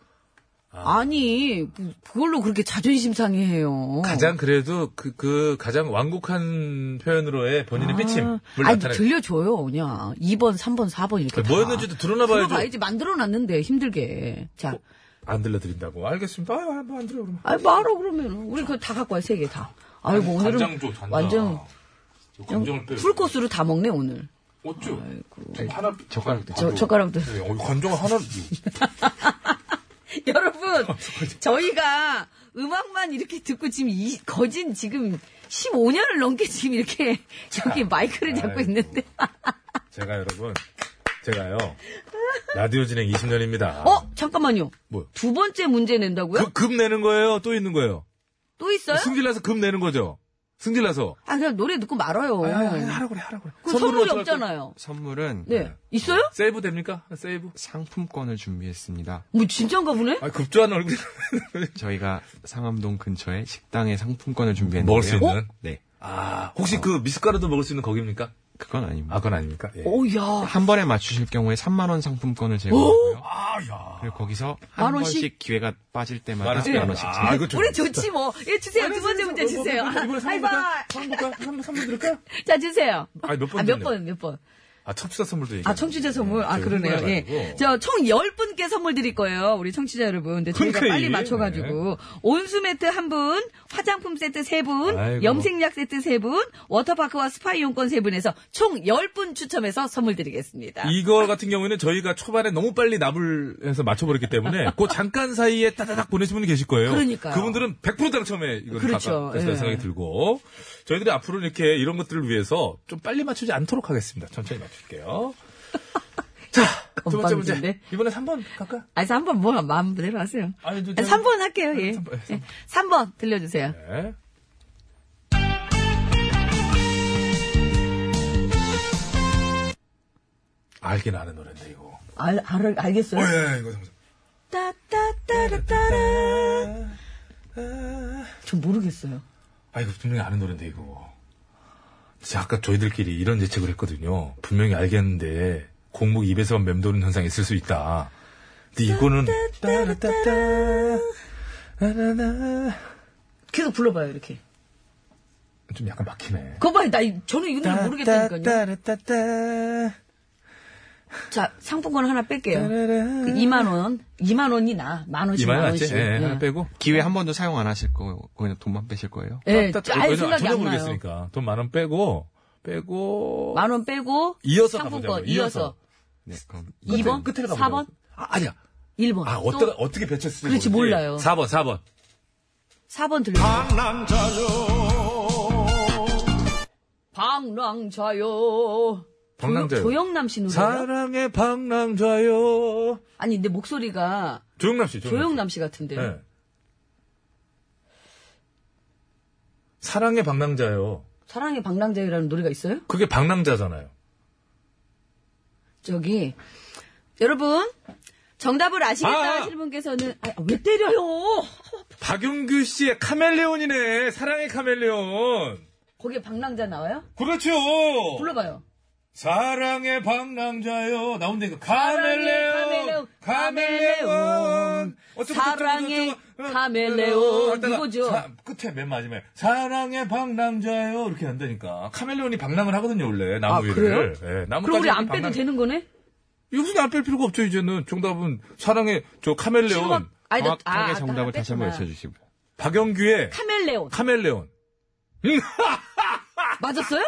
S4: 아니, 그- 그걸로 그렇게 자존심 상해해요.
S3: 가장 그래도 그, 그 가장 완곡한 표현으로의 본인의 삐침을
S4: 아니,
S3: 나타내.
S4: 들려줘요, 그냥. 2번, 3번, 4번 이렇게. 다.
S3: 뭐였는지도 들어나봐야죠.
S4: 들어봐야지. 만들어놨는데, 힘들게. 자.
S3: 안 들려드린다고. 알겠습니다. 아유, 뭐안 들려 그러면.
S4: 아이, 말아, 그러면. 우리 그거 다 갖고 와, 세 개 다. 아이고, 오늘은.
S3: 간장 줘, 간장.
S4: 완전.
S3: 감정을 빼.
S4: 풀코스로 다 먹네, 오늘.
S3: 어쭈. 하나 네, 젓가락도.
S4: 저, 젓가락도.
S3: 관종을 하나.
S4: 여러분, 저희가 음악만 이렇게 듣고 지금 이, 거진 지금 15년을 넘게 지금 이렇게 여기 마이크를 잡고
S3: 아이고.
S4: 있는데.
S3: 제가 여러분 제가요 라디오 진행 20년입니다.
S4: 어? 잠깐만요.
S3: 뭐요?
S4: 두 번째 문제 낸다고요?
S3: 그, 급 내는 거예요. 또 있는 거예요.
S4: 또 있어요?
S3: 승질나서 급 내는 거죠. 승질나서.
S4: 아, 그냥 노래 듣고 말아요.
S3: 그래 하라 그래.
S4: 그 선물이 없잖아요.
S9: 선물은
S4: 네. 있어요?
S3: 세이브 됩니까? 세이브.
S9: 상품권을 준비했습니다.
S4: 뭐, 진짠가 보네?
S3: 아 급조한 얼굴.
S9: 저희가 상암동 근처에 식당에 상품권을 준비했는데요.
S3: 먹을 수 있는?
S9: 네.
S3: 아 혹시 그 미숫가루도 먹을 수 있는 거기입니까?
S9: 그건 아닙니다.
S3: 아 그건 아닙니까? 예.
S4: 오, 야.
S9: 한 번에 맞추실 경우에 3만 원 상품권을 제공하고요.
S3: 아,
S9: 그리고 거기서 한
S4: 어? 만 원씩?
S9: 번씩 기회가 빠질 때마다
S3: 말할
S9: 만 원씩
S3: 아 이거 좀. 아,
S4: 우리 좋지, 뭐. 예, 주세요. 두 번째 문제 주세요. 하이바이.
S3: 볼까? 한번 한번 들을까?
S4: 자, 주세요.
S3: 아니, 몇번
S4: 아, 몇
S3: 됐네.
S4: 번, 몇 번.
S3: 아 청취자 선물도 얘기.
S4: 아, 청취자 선물? 아, 그러네요. 예. 저, 총 10분께 선물 드릴 거예요. 우리 청취자 여러분. 근데 저희가
S3: 흔쾌히.
S4: 빨리 맞춰가지고. 온수 매트 한분 화장품 세트 세분
S3: 아이고.
S4: 염색약 세트 세분 워터파크와 스파 이용권 세분에서총 10분 추첨해서 선물 드리겠습니다.
S3: 이거 같은 경우에는 저희가 초반에 너무 빨리 납을 해서 맞춰버렸기 때문에 그 잠깐 사이에 따다닥 보내신 분이 계실 거예요.
S4: 그러니까요.
S3: 분들은100% 당첨에 이건
S4: 그렇죠.
S3: 그렇죠.
S4: 예.
S3: 생각이 들고 저희들이 앞으로 이렇게 이런 것들을 위해서 좀 빨리 맞추지 않도록 하겠습니다. 천천히 맞출게요. 자, 두 번째 문제.
S4: 건방진데?
S3: 이번에 3번 갈까?
S4: 아, 그래서 한번 뭐, 마음대로 하세요.
S3: 아니, 저-
S4: 3번 할게요, 예.
S3: 삼 번, 예, 삼
S4: 3번 들려주세요.
S3: 네. 알긴 아는 노래인데 이거.
S4: 알, 알,
S3: 어,
S4: 알겠어요. 네.
S3: 예, 이거
S4: 따따따라따라. 저 모르겠어요.
S3: 아, 이거 분명히 아는 노래인데, 이거. 진짜 아까 저희들끼리 이런 예측을 했거든요. 분명히 알겠는데, 공복 입에서만 맴도는 현상이 있을 수 있다. 근데 이거는, 따라따따, 나나나.
S4: 계속 불러봐요, 이렇게.
S3: 좀 약간 막히네.
S4: 그거 봐요. 나, 이- 저는 이 노래 모르겠다니까요.
S3: 따라따따,
S4: 자, 상품권 하나 뺄게요.
S3: 따라라.
S4: 그 2만원. 2만원이 나. 만원씩,
S3: 이만 맞지?
S4: 만원씩.
S3: 예, 하나 빼고.
S9: 기회 한 번도 사용 안 하실 거고 그냥 돈만 빼실 거예요.
S4: 예,
S3: 따- 따-
S4: 아예
S3: 왜냐면
S4: 생각이
S3: 전혀
S4: 안 나요.
S3: 모르겠으니까. 돈 만 원 빼고, 빼고.
S4: 만원 빼고.
S3: 이어서
S4: 상품권,
S3: 가보자고요.
S4: 이어서.
S9: 네, 그럼
S3: 끝에,
S4: 2번?
S3: 끝에 가보자고.
S4: 4번?
S3: 아, 아니야.
S4: 1번.
S3: 아, 어떻게, 어떻게 배쳤을지.
S4: 그렇지,
S3: 모르지.
S4: 몰라요.
S3: 4번, 4번.
S4: 4번 들려요. 방랑자요.
S3: 방랑자요.
S4: 조- 조영남 씨 노래요?
S3: 사랑의 방랑자요.
S4: 아니, 내 목소리가
S3: 조영남 씨,
S4: 조영남 씨 같은데.
S3: 예. 사랑의 방랑자요.
S4: 사랑의 방랑자요라는 노래가 있어요?
S3: 그게 방랑자잖아요.
S4: 저기 여러분 정답을 아시겠다
S3: 아!
S4: 하시는 분께서는 아, 왜 때려요?
S3: 박용규 씨의 카멜레온이네. 사랑의 카멜레온.
S4: 거기에 방랑자 나와요?
S3: 그렇죠.
S4: 불러봐요.
S3: 사랑의 그 방랑자요. 나온다니까.
S4: 카멜레온,
S3: 카멜레온. 카멜레온. 어쩌고
S4: 사랑의
S3: 저쩌고 저쩌고. 어,
S4: 카멜레온.
S3: 하다가
S4: 이거죠.
S3: 사- 끝에 맨 마지막에 사랑의 방랑자요. 이렇게 한다니까. 카멜레온이 방랑을 하거든요, 원래. 나무
S4: 아, 그래요?
S3: 위를. 예, 나무까지
S4: 그럼 우리 안
S3: 이렇게
S4: 빼도
S3: 방랑-
S4: 되는 거네?
S3: 여기서 안뺄 필요가 없죠, 이제는. 정답은 사랑의
S4: 지금
S3: 저 카멜레온.
S4: 막- 아니, 나-
S9: 정확하게
S4: 아,
S9: 정답을 다시 한번
S4: 뺐구나.
S9: 외쳐주시고요.
S3: 박영규의
S4: 카멜레온. 아,
S3: 카멜레온.
S4: 맞았어요?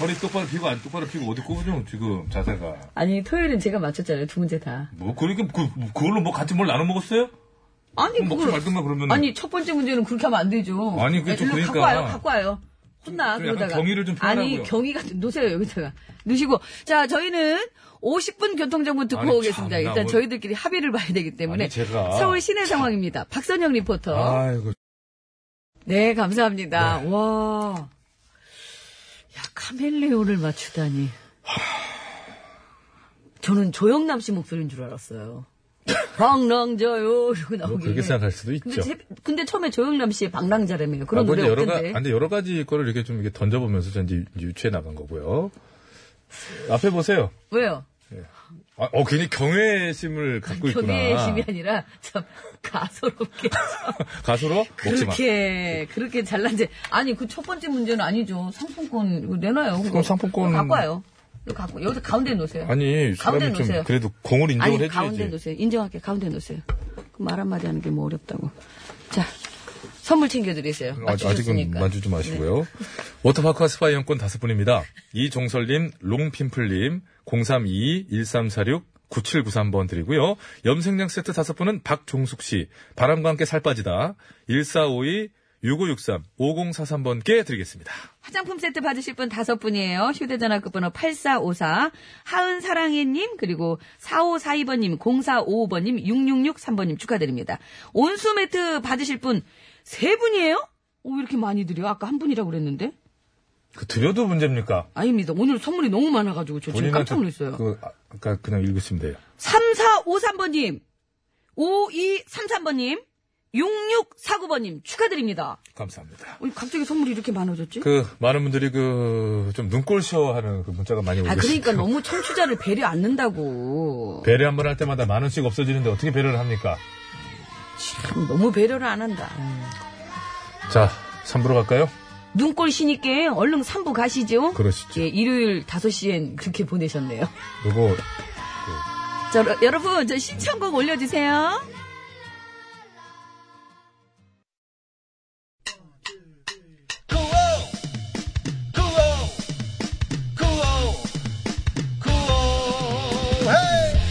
S3: 머리 똑바로 피고 안 똑바로 피고 어디 꼽으죠, 지금 자세가.
S4: 아니, 토요일은 제가 맞췄잖아요. 두 문제 다.
S3: 뭐, 그러니까 그, 그걸로 뭐 같이 뭘 나눠 먹었어요?
S4: 아니,
S3: 그럼 먹지
S4: 그걸.
S3: 뭐, 말든가 그러면.
S4: 아니, 첫 번째 문제는 그렇게 하면 안 되죠. 네,
S3: 아니, 그게 좀
S4: 일로
S3: 그러니까.
S4: 갖고 와요, 갖고 와요. 혼나,
S3: 좀 약간
S4: 그러다가.
S3: 경의를 좀 표현하고요.
S4: 아니, 경의가 좀 놓으세요, 여기다가. 놓으시고. 자, 저희는 50분 교통정보 듣고
S3: 아니,
S4: 오겠습니다.
S3: 참나,
S4: 일단
S3: 뭐-
S4: 저희들끼리 합의를 봐야 되기 때문에.
S3: 아니, 제가.
S4: 서울 시내 상황입니다. 박선영 리포터.
S3: 아이고.
S4: 네, 감사합니다. 와. 야, 카멜레온을 맞추다니. 저는 조영남 씨 목소리인 줄 알았어요. 방랑자요, 이러고
S3: 뭐
S4: 나오길래.
S3: 그렇게 생각할 수도 있죠.
S4: 예.
S3: 아,
S4: 근데, 제- 근데 처음에 조영남 씨의 방랑자라며요. 그런 노래
S3: 여러
S4: 없던데.
S3: 가지, 여러 가지 거를 이렇게 좀 이렇게 던져보면서 전 이제 유추해 나간 거고요. 앞에 보세요.
S4: 왜요?
S3: 아, 어, 괜히 경외심을 갖고 있구나.
S4: 경외심이 아니라 참 가소롭게. 참
S3: 가수로 먹지 마.
S4: 그렇게, 그렇게 잘난 지 아니, 그 첫 번째 문제는 아니죠. 상품권, 이거 내놔요.
S3: 그럼 상품권-
S4: 이거 어, 갖고 와요. 이거 갖고, 여기서 가운데 놓으세요.
S3: 아니,
S4: 가운데
S3: 사람이 좀
S4: 놓으세요.
S3: 그래도 공을 인정을
S4: 아니,
S3: 해줘야지.
S4: 가운데 놓으세요. 인정할게. 가운데 놓으세요. 그 말 한마디 하는 게 뭐 어렵다고. 자, 선물 챙겨드리세요.
S3: 아직- 아직은
S4: 맞추셨으니까. 네.
S3: 만지지 마시고요. 워터파크와 스파 이용권 다섯 분입니다. 이종설님, 롱핀플님, 032-1346-9793번 드리고요. 염색량 세트 다섯 분은 박종숙 씨, 바람과 함께 살 빠지다, 1452-6563-5043번께 드리겠습니다.
S4: 화장품 세트 받으실 분 다섯 분이에요. 휴대전화 끝번호 8454, 하은사랑해님, 그리고 4542번님, 0455번님, 6663번님 축하드립니다. 온수 매트 받으실 분 세 분이에요? 오, 왜 이렇게 많이 드려? 아까 한 분이라고 그랬는데?
S3: 그 드려도 문제입니까?
S4: 아닙니다. 오늘 선물이 너무 어, 많아가지고 저 지금 깜짝 놀랐어요.
S3: 그, 아, 아까 그냥 읽으시면 돼요.
S4: 3453번님, 5233번님, 6649번님 축하드립니다.
S3: 감사합니다.
S4: 어, 갑자기 선물이 이렇게 많아졌지?
S3: 그, 많은 분들이 그, 좀 눈꼴 쉬어하는 그 문자가 많이 오고
S4: 아,
S3: 있습니다.
S4: 그러니까 너무 청취자를 배려 안 는다고.
S3: 배려 한 번 할 때마다 만 원씩 없어지는데 어떻게 배려를 합니까?
S4: 참, 너무 배려를 안 한다.
S3: 자, 3부로 갈까요?
S4: 눈꼴 시니까 얼른 3부 가시죠.
S3: 그러시죠.
S4: 예, 일요일 5시엔 그렇게 보내셨네요.
S3: 요거
S4: 저, 여러분, 저 신청곡 올려주세요.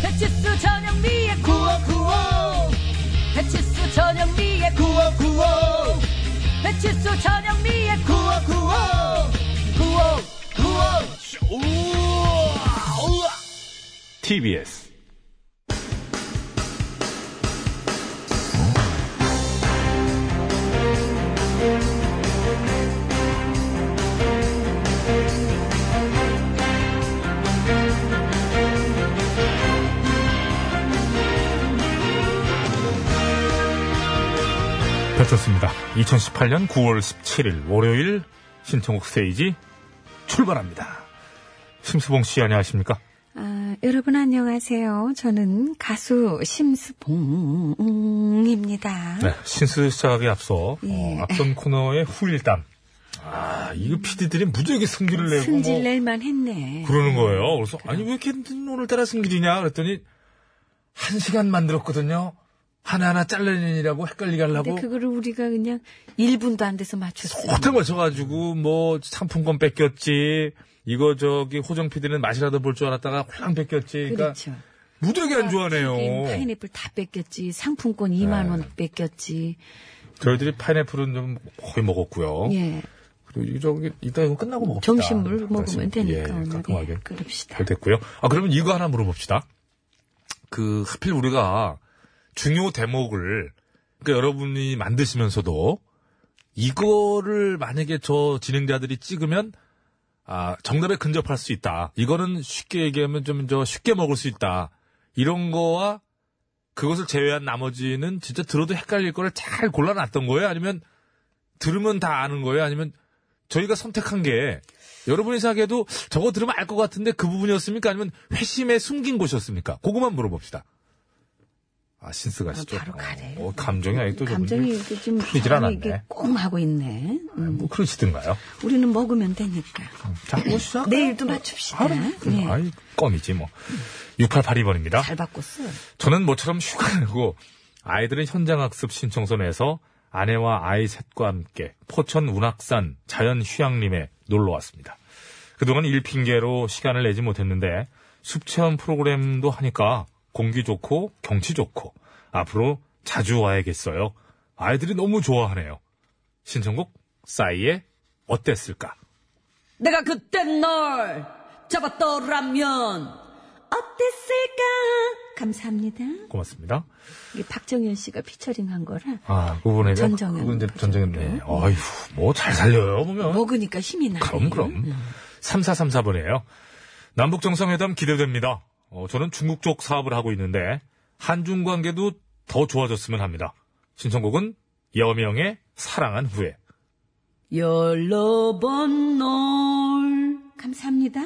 S4: 배치수 전영미의 구호 구호 배치수 전영미의 구호 구호 배치수 전영미의 구호 구호
S3: TBS 펼쳤습니다. 2018년 9월 17일 월요일 신청곡 스테이지 출발합니다. 심수봉 씨 안녕하십니까?
S10: 아, 여러분 안녕하세요. 저는 가수 심수봉입니다.
S3: 네, 신스 시작하기 앞서
S10: 예.
S3: 어, 앞선 코너의 후일담. 아, 이거 PD들이 무지하게 승기를 내고
S10: 승질
S3: 뭐
S10: 낼만 했네.
S3: 그러는 거예요. 그래서 아니 왜 이렇게 오늘따라 승질이냐 그랬더니 한 시간 만들었거든요. 하나하나 잘라내느라고 헷갈리게 하려고
S10: 근데 그거를 우리가 그냥 1분도 안 돼서 맞췄어.
S3: 호텔 걸쳐가지고 뭐 상품권 뺏겼지. 이거 저기 호정 PD는 맛이라도 볼 줄 알았다가 홀랑 뺏겼지. 그러니까
S10: 그렇죠.
S3: 무지하게 안
S10: 게임
S3: 좋아하네요.
S10: 파인애플 다 뺏겼지. 상품권
S3: 네.
S10: 2만 원 뺏겼지.
S3: 저희들이 파인애플은 좀 거의 먹었고요.
S10: 예.
S3: 그리고 저기 이따 이거 끝나고 먹읍시다.
S10: 점심을 먹으면
S3: 그렇습니다.
S10: 되니까
S3: 예,
S10: 오늘
S3: 깔끔하게.
S10: 예, 그럽시다.
S3: 잘 됐고요. 아, 그러면 이거 하나 물어봅시다. 그, 하필 우리가 중요 대목을, 그러니까 여러분이 만드시면서도, 이거를 만약에 저 진행자들이 찍으면, 아, 정답에 근접할 수 있다. 이거는 쉽게 얘기하면 좀 저 쉽게 먹을 수 있다. 이런 거와 그것을 제외한 나머지는 진짜 들어도 헷갈릴 거를 잘 골라놨던 거예요? 아니면 들으면 다 아는 거예요? 아니면 저희가 선택한 게 여러분이 생각해도 저거 들으면 알 것 같은데 그 부분이었습니까? 아니면 회심에 숨긴 곳이었습니까? 그것만 물어봅시다. 아, 신스가시죠?
S4: 바로 가래.
S3: 어, 감정이 아직도 좀
S4: 감정이 이렇게 좀
S3: 풀리질
S4: 사람이
S3: 않았네.
S4: 이렇게 꽁하고 있네. 음,
S3: 뭐 그러시든가요?
S4: 우리는 먹으면 되니까.
S3: 자, 뭐 시작.
S4: 내일도 맞춥시다.
S3: 하루?
S4: 예.
S3: 아이, 껌이지 뭐. 6882번입니다.
S4: 잘 바꿨어.
S3: 저는 모처럼 휴가를 내고 아이들은 현장학습 신청서 내서 아내와 아이 셋과 함께 포천 운악산 자연휴양림에 놀러 왔습니다. 그동안 일 핑계로 시간을 내지 못했는데 숲 체험 프로그램도 하니까 공기 좋고 경치 좋고 앞으로 자주 와야겠어요. 아이들이 너무 좋아하네요. 신청곡 싸이의 어땠을까?
S7: 내가 그때 널 잡았더라면 어땠을까? 감사합니다.
S3: 고맙습니다.
S4: 이게 박정현 씨가 피처링한 거라
S3: 아, 그 부분에 대한
S4: 전정현
S3: 그건 이제 전정현네. 아휴, 뭐 잘 살려요 보면.
S4: 먹으니까 힘이 뭐 나네.
S3: 그럼 그럼. 3434번이에요. 남북 정상회담 기대됩니다. 어, 저는 중국 쪽 사업을 하고 있는데 한중 관계도 더 좋아졌으면 합니다. 신청곡은 여명의 사랑한 후에.
S7: 여러 번 널 감사합니다.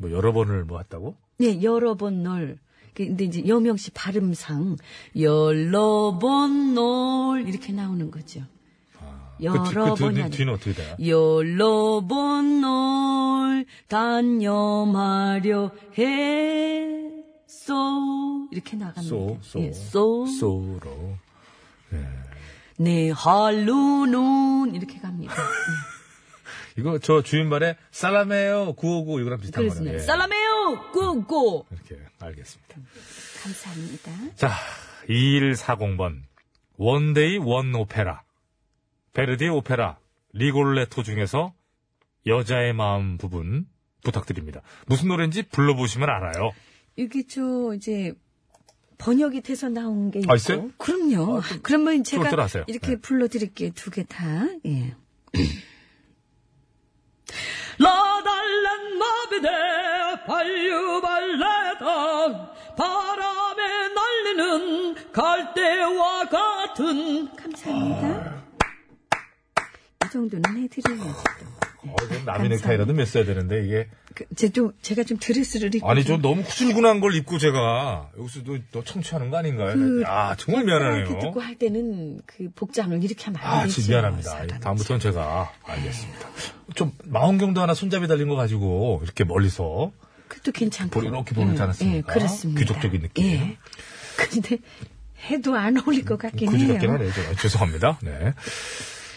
S3: 뭐 여러 번을 뭐 했다고?
S4: 네, 여러 번 널. 근데 이제 여명 씨 발음상 여러 번 널 이렇게 나오는 거죠. 여러
S3: 그, 뒤- 그,
S4: 번이
S3: 뒤,
S4: 아니라
S3: 뒤는 어떻게 돼요?
S4: 여러 번널 단념하려 했소 이렇게 나가는
S3: 소,
S4: 거예요.
S3: 소,
S4: 예, 소.
S3: 소로.
S4: 네 할루눈 이렇게 갑니다.
S3: 이거 저 주인 말에 살라메요 959 이거랑 비슷한 거네요. 예.
S4: 그렇습니다. 살라메요 꾸꾸
S3: 이렇게 알겠습니다.
S4: 감사합니다.
S3: 자, 2140번. 원데이 원 오페라. 베르디 오페라. 리골레토 중에서 여자의 마음 부분 부탁드립니다. 무슨 노래인지 불러보시면 알아요.
S4: 이게 저 이제 번역이 돼서 나온 게 있고
S3: 아, 있어요?
S4: 그럼요. 그러면 제가
S3: 쫄쫄 하세요.
S4: 이렇게
S3: 네.
S4: 불러드릴게요 두 개 다. 예.
S7: 라달란 마비데 발유발레당 바람에 날리는 갈대와 같은
S4: 감사합니다. 이 정도는 해드려요.
S3: 어, 이건 남의 넥타이라도 맸어야 되는데, 이게.
S4: 그, 제좀 제가 좀 드레스를 입고
S3: 아니,
S4: 좀
S3: 저 너무 후줄근한 걸 입고 제가. 여기서 너, 너 청취하는 거 아닌가요? 아, 정말
S4: 이렇게
S3: 미안하네요.
S4: 그 듣고 할 때는 그 복장을 이렇게 하면 안
S3: 아,
S4: 되지.
S3: 진짜 미안합니다.
S4: 사람.
S3: 다음부터는 제가. 알겠습니다. 좀, 망원경도 하나 손잡이 달린 거 가지고, 이렇게 멀리서.
S4: 그것도 괜찮고.
S3: 보리 이렇게 보이지
S4: 예,
S3: 않았습니까?
S4: 예, 그렇습니다.
S3: 귀족적인 느낌. 음,
S4: 예. 근데 해도 안 어울릴 것 같긴
S3: 굳이
S4: 해요.
S3: 같긴 하네요. 제가. 죄송합니다. 네.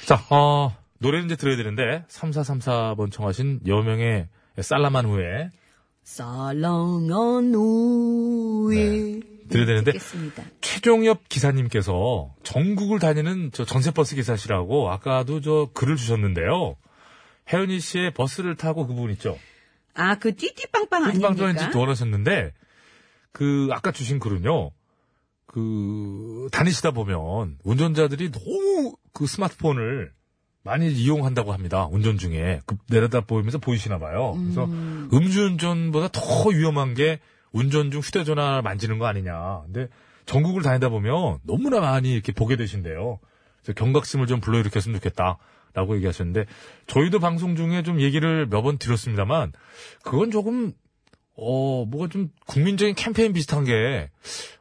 S3: 자, 어, 노래는 이제 들어야 되는데, 3434번 청하신 여명의 살라만 후에
S4: 사랑한 우에
S3: 들어야 네. 되는데,
S4: 듣겠습니다.
S3: 최종엽 기사님께서 전국을 다니는 저 전세버스 기사시라고 아까도 저 글을 주셨는데요. 혜은이 씨의 버스를 타고 그분 있죠?
S7: 아 그 띠띠빵빵
S3: 방
S7: 아닙니까?
S3: 좋아했는지 원하셨는데, 그, 아까 주신 글은요, 그, 다니시다 보면, 운전자들이 너무 그 스마트폰을 많이 이용한다고 합니다. 운전 중에. 그 내려다 보이면서 보이시나 봐요. 그래서
S7: 음.
S3: 음주운전보다 더 위험한 게 운전 중 휴대전화 만지는 거 아니냐. 근데 전국을 다니다 보면 너무나 많이 이렇게 보게 되신대요. 그래서 경각심을 좀 불러일으켰으면 좋겠다. 라고 얘기하셨는데, 저희도 방송 중에 좀 얘기를 몇 번 드렸습니다만, 그건 조금 어, 뭐가 좀 국민적인 캠페인 비슷한 게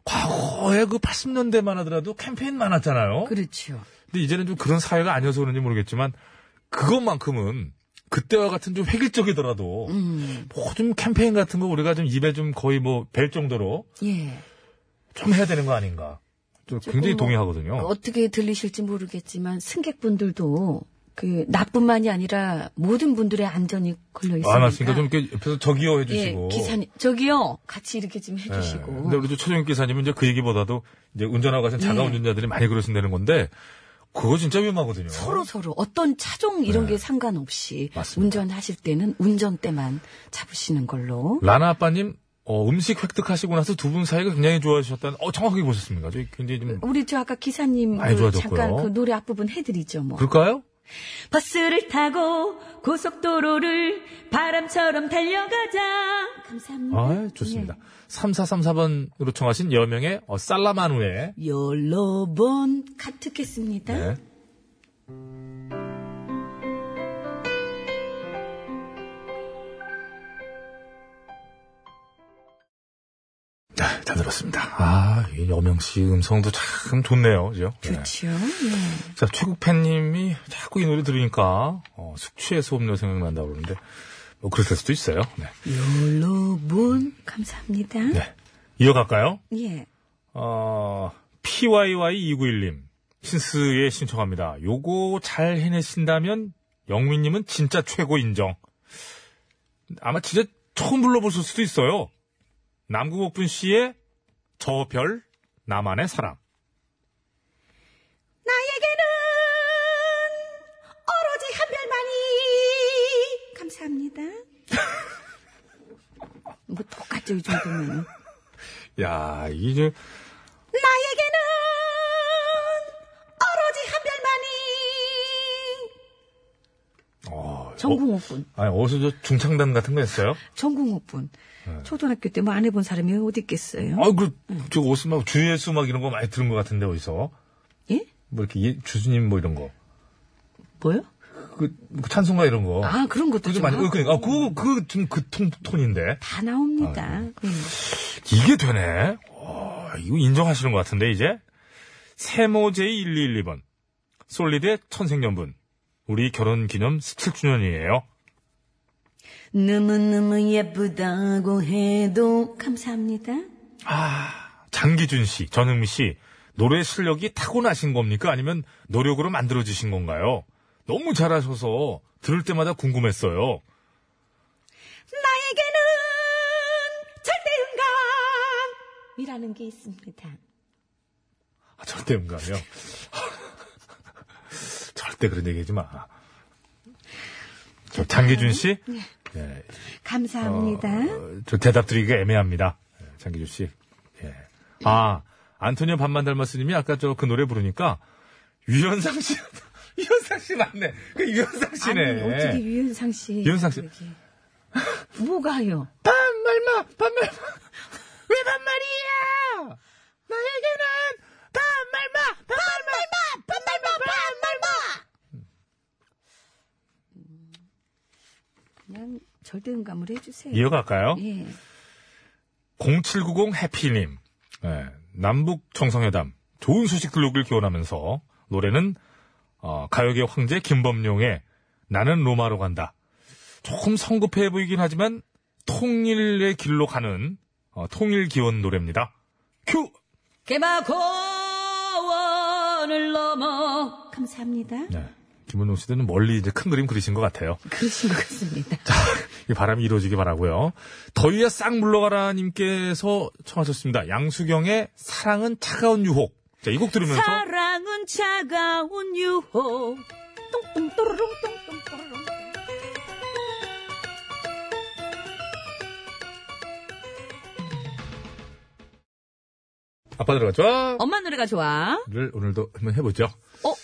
S3: 과거에 그 80년대만 하더라도 캠페인 많았잖아요.
S4: 그렇죠.
S3: 근데 이제는 좀 그런 사회가 아니어서 그런지 모르겠지만 그것만큼은 그때와 같은 좀 획일적이더라도
S4: 음,
S3: 뭐 좀 캠페인 같은 거 우리가 좀 입에 좀 거의 뭐 벨 정도로
S4: 예.
S3: 좀 해야 되는 거 아닌가. 저
S4: 조금
S3: 굉장히
S4: 뭐
S3: 동의하거든요.
S4: 어떻게 들리실지 모르겠지만 승객분들도 그 나뿐만이 아니라 모든 분들의 안전이 걸려 있습니다.
S3: 안 왔으니까 좀 아, 이렇게 옆에서 저기요 해주시고.
S4: 예, 기사님 저기요 같이 이렇게 좀
S3: 예.
S4: 해주시고.
S3: 근데 우리 최종익 기사님은 이제 그 얘기보다도 이제 운전하고 가신 자가
S4: 예.
S3: 운전자들이 많이 그러신다는 건데 그거 진짜 위험하거든요.
S4: 서로 서로 어떤 차종 이런 게 상관없이
S3: 네. 맞습니다.
S4: 운전하실 때는 운전대만 잡으시는 걸로.
S3: 라나 아빠님, 어, 음식 획득하시고 나서 두 분 사이가 굉장히 좋아지셨다는, 어, 정확하게 보셨습니까? 저 굉장히 좀,
S4: 우리 저 아까 기사님
S3: 많이
S4: 그
S3: 좋아졌고요.
S4: 잠깐 그 노래 앞부분 해드리죠 뭐.
S3: 그럴까요?
S7: 버스를 타고 고속도로를 바람처럼 달려가자.
S4: 음.
S7: 감사합니다.
S3: 아, 좋습니다. 3434번으로 청하신 여명의 어, 살라마누의
S7: 여러 번 카톡했습니다.
S3: 네. 네, 잘 들었습니다. 아, 이 여명 씨 음성도 참 좋네요. 그죠? 네.
S7: 그렇죠. 예.
S3: 자, 최국팬님이 자꾸 이 노래 들으니까, 어, 숙취해소 음료 생각난다고 그러는데, 뭐, 그랬을 수도 있어요. 네.
S7: 여러 번 감사합니다.
S3: 네. 이어갈까요?
S7: 예.
S3: 어, PYY291님, 신스에 신청합니다. 요거 잘 해내신다면, 영민님은 진짜 최고 인정. 아마 진짜 처음 불러보실 수도 있어요. 남궁옥분 씨의 저 별, 나만의 사랑.
S7: 나에게는 오로지 한 별만이 감사합니다. 뭐 똑같죠 이 정도면.
S3: 야, 이게
S7: 나에게는 오로지 한 별만이
S3: 어, 어,
S7: 전궁옥분
S3: 아니, 어디서 저 중창단 같은 거 했어요?
S7: 전궁옥분 초등학교 때 뭐 안 해본 사람이 어디 있겠어요?
S3: 아, 그, 저 옷은 막 주예수 막 이런 거 많이 들은 것 같은데, 어디서?
S7: 예?
S3: 뭐 이렇게 예- 주수님 뭐 이런 거.
S7: 뭐요?
S3: 그, 그 찬송가 이런 거.
S7: 아 그런 것도 좀
S3: 그거 좀 많이,
S7: 하고.
S3: 어, 그니까, 아, 그거, 그거 좀 그 톤, 톤인데.
S7: 다 나옵니다. 음.
S3: 이게 되네. 와, 이거 인정하시는 것 같은데, 이제. 세모제이1212번. 솔리드의 천생연분. 우리 결혼 기념 17주년이에요.
S7: 너무너무 예쁘다고 해도 감사합니다.
S3: 장기준 씨, 전흥미 씨, 노래 실력이 타고나신 겁니까? 아니면 노력으로 만들어지신 건가요? 너무 잘하셔서 들을 때마다 궁금했어요.
S7: 나에게는 절대 음감이라는 게 있습니다.
S3: 아, 절대 음감이요. 절대 그런 얘기 하지 마. 저 장기준 씨? 예,
S7: 네. 감사합니다.
S3: 어, 저 대답 드리기가 애매합니다. 예, 장기준 씨. 예. 아, 안토니오 반만 닮았으님이 아까 저 그 노래 부르니까 유현상 씨, 유현상 씨 맞네. 그 유현상 씨네. 예.
S7: 아니, 어떻게 유현상 씨.
S3: 유현상 씨.
S7: 얘기해. 뭐가요?
S3: 반말마, 반말마. 왜 반말이야? 나에게는 반말마, 반말마, 반말마, 반말마.
S7: 그냥 절대 음감을 해주세요.
S3: 이어갈까요?
S7: 예.
S3: 0790 해피님. 예, 남북 정상회담. 좋은 소식 들려오길 기원하면서 노래는 어, 가요계 황제 김범룡의 나는 로마로 간다. 조금 성급해 보이긴 하지만 통일의 길로 가는 어, 통일 기원 노래입니다. 큐!
S7: 개마고원을 넘어 감사합니다.
S3: 네. 김은동 씨는 멀리 이제 큰 그림 그리신 것 같아요.
S7: 그러신 것 같습니다.
S3: 이 바람이 이루어지길 바라고요. 더위에 싹 물러가라 님께서 청하셨습니다. 양수경의 사랑은 차가운 유혹. 자, 이 곡 들으면서
S7: 사랑은 차가운 유혹. 똥똥 또르릉 똥똥 또르릉.
S3: 아빠 들어가 좋아를
S4: 엄마 노래가 좋아.
S3: 오늘도 한번 해보죠.
S4: 어?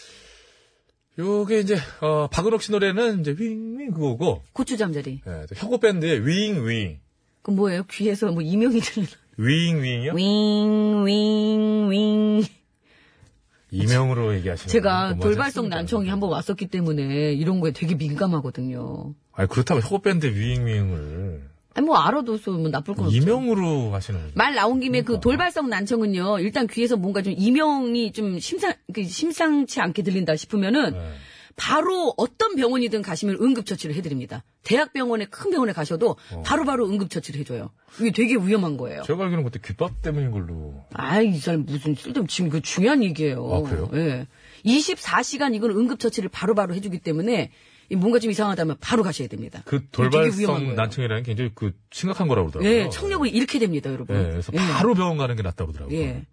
S3: 요게 이제 어, 박은옥 씨 노래는 이제 윙윙 그거고
S4: 고추 잠자리.
S3: 예, 또 혁오 밴드의 윙윙
S4: 그 뭐예요? 귀에서 뭐 이명이 들리는.
S3: 윙윙이요?
S4: 윙, 윙, 윙.
S3: 이명으로 얘기하시는 거예요?
S4: 제가
S3: 너무
S4: 돌발성
S3: 하셨습니다.
S4: 난청이 한번 왔었기 때문에 이런 거에 되게 민감하거든요.
S3: 아니 그렇다면 혁오 밴드 윙윙을
S4: 아니, 뭐 알아둬서 뭐 나쁠 건 없죠.
S3: 이명으로 그러니까. 하시는 거죠?
S4: 말 나온 김에 그 돌발성 난청은요, 일단 귀에서 뭔가 좀 이명이 좀 심상, 그 심상치 않게 들린다 싶으면은,
S3: 예.
S4: 바로 어떤 병원이든 가시면 응급처치를 해드립니다. 대학병원에 큰 병원에 가셔도
S3: 어.
S4: 바로바로 응급처치를 해줘요. 이게 되게 위험한 거예요.
S3: 제가 알기로는 그때 귓밥 때문인 걸로
S4: 아이, 이 사람 무슨 쓸데없는, 지금 그 중요한 얘기예요.
S3: 아, 그래요?
S4: 예. 24시간 이건 응급처치를 바로바로 해주기 때문에 이 뭔가 좀 이상하다면 바로 가셔야 됩니다.
S3: 그
S4: 되게 위험한 거예요.
S3: 돌발성 난청이라는 게 굉장히 그 심각한 거라고 그러더라고요.
S4: 예, 청력을 잃게 됩니다, 여러분.
S3: 예, 그래서
S4: 예.
S3: 바로 병원 가는 게 낫다고 그러더라고요.
S4: 예.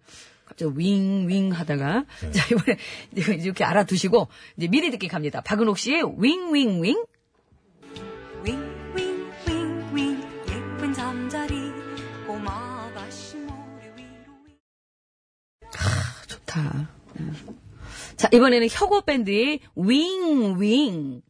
S4: 갑자기 윙, 윙 하다가.
S3: 예.
S4: 자, 이번에 이거 이렇게 알아두시고, 이제 미리 듣기 갑니다. 박은옥 씨의 윙, 윙, 윙.
S11: 윙윙윙윙 예쁜 잠자리 꼬마 다시 모래 위로
S4: 좋다. 음. 자, 이번에는 혁오 밴드의 윙, 윙.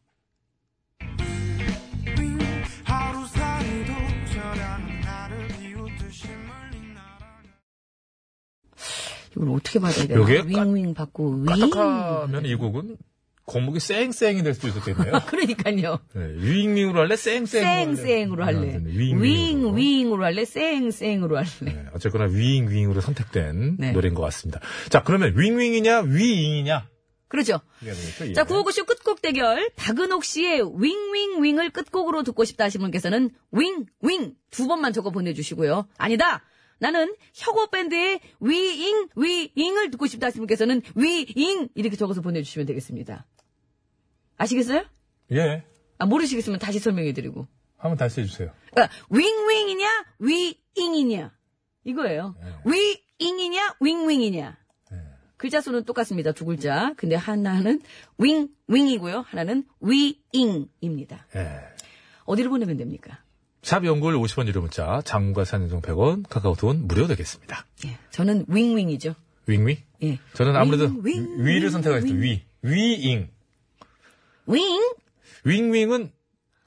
S4: 이걸 어떻게 받아야 되나?
S3: 요게 까-
S4: 윙윙 받고 윙.
S3: 까딱하면 이 곡은 공목이 쌩쌩이 될 수도 있었겠네요.
S4: 그러니까요.
S3: 네, 윙윙으로 할래? 쌩쌩으로 할래?
S4: 쌩쌩으로 할래.
S3: 네, 윙윙으로.
S4: 윙, 윙으로 할래. 쌩쌩으로 할래.
S3: 네, 어쨌거나 윙윙으로 선택된
S4: 네.
S3: 노래인 것 같습니다. 자, 그러면 윙윙이냐, 위잉이냐?
S4: 그러죠.
S3: 이게 뭐겠죠?
S4: 그렇죠? 자,
S3: 예.
S4: 구호구쇼 끝곡 대결. 박은옥 씨의 윙윙윙을 끝곡으로 듣고 싶다 하신 분께서는 윙윙 두 번만 적어 보내주시고요. 아니다! 나는 혁오 밴드의 위잉 위잉을 듣고 싶다 하신 분께서는 위잉 이렇게 적어서 보내주시면 되겠습니다. 아시겠어요?
S3: 예.
S4: 아, 모르시겠으면 다시 설명해드리고.
S3: 한번 다시 해주세요.
S4: 그러니까 윙윙이냐 위잉이냐 이거예요.
S3: 네.
S4: 위잉이냐 윙윙이냐. 글자 수는 똑같습니다. 두 글자. 근데 하나는 윙윙이고요. 하나는 위잉입니다.
S3: 예.
S4: 어디로 보내면 됩니까?
S3: 샵 연골 50원 유료 문자, 장과 산연송 100원, 카카오톡은 무료 되겠습니다.
S4: 예, 저는 윙윙이죠.
S3: 윙윙?
S4: 예.
S3: 저는 아무래도
S4: 윙, 윙,
S3: 위를 선택하겠습니다. 위. 위잉.
S4: 윙
S3: 윙윙은 그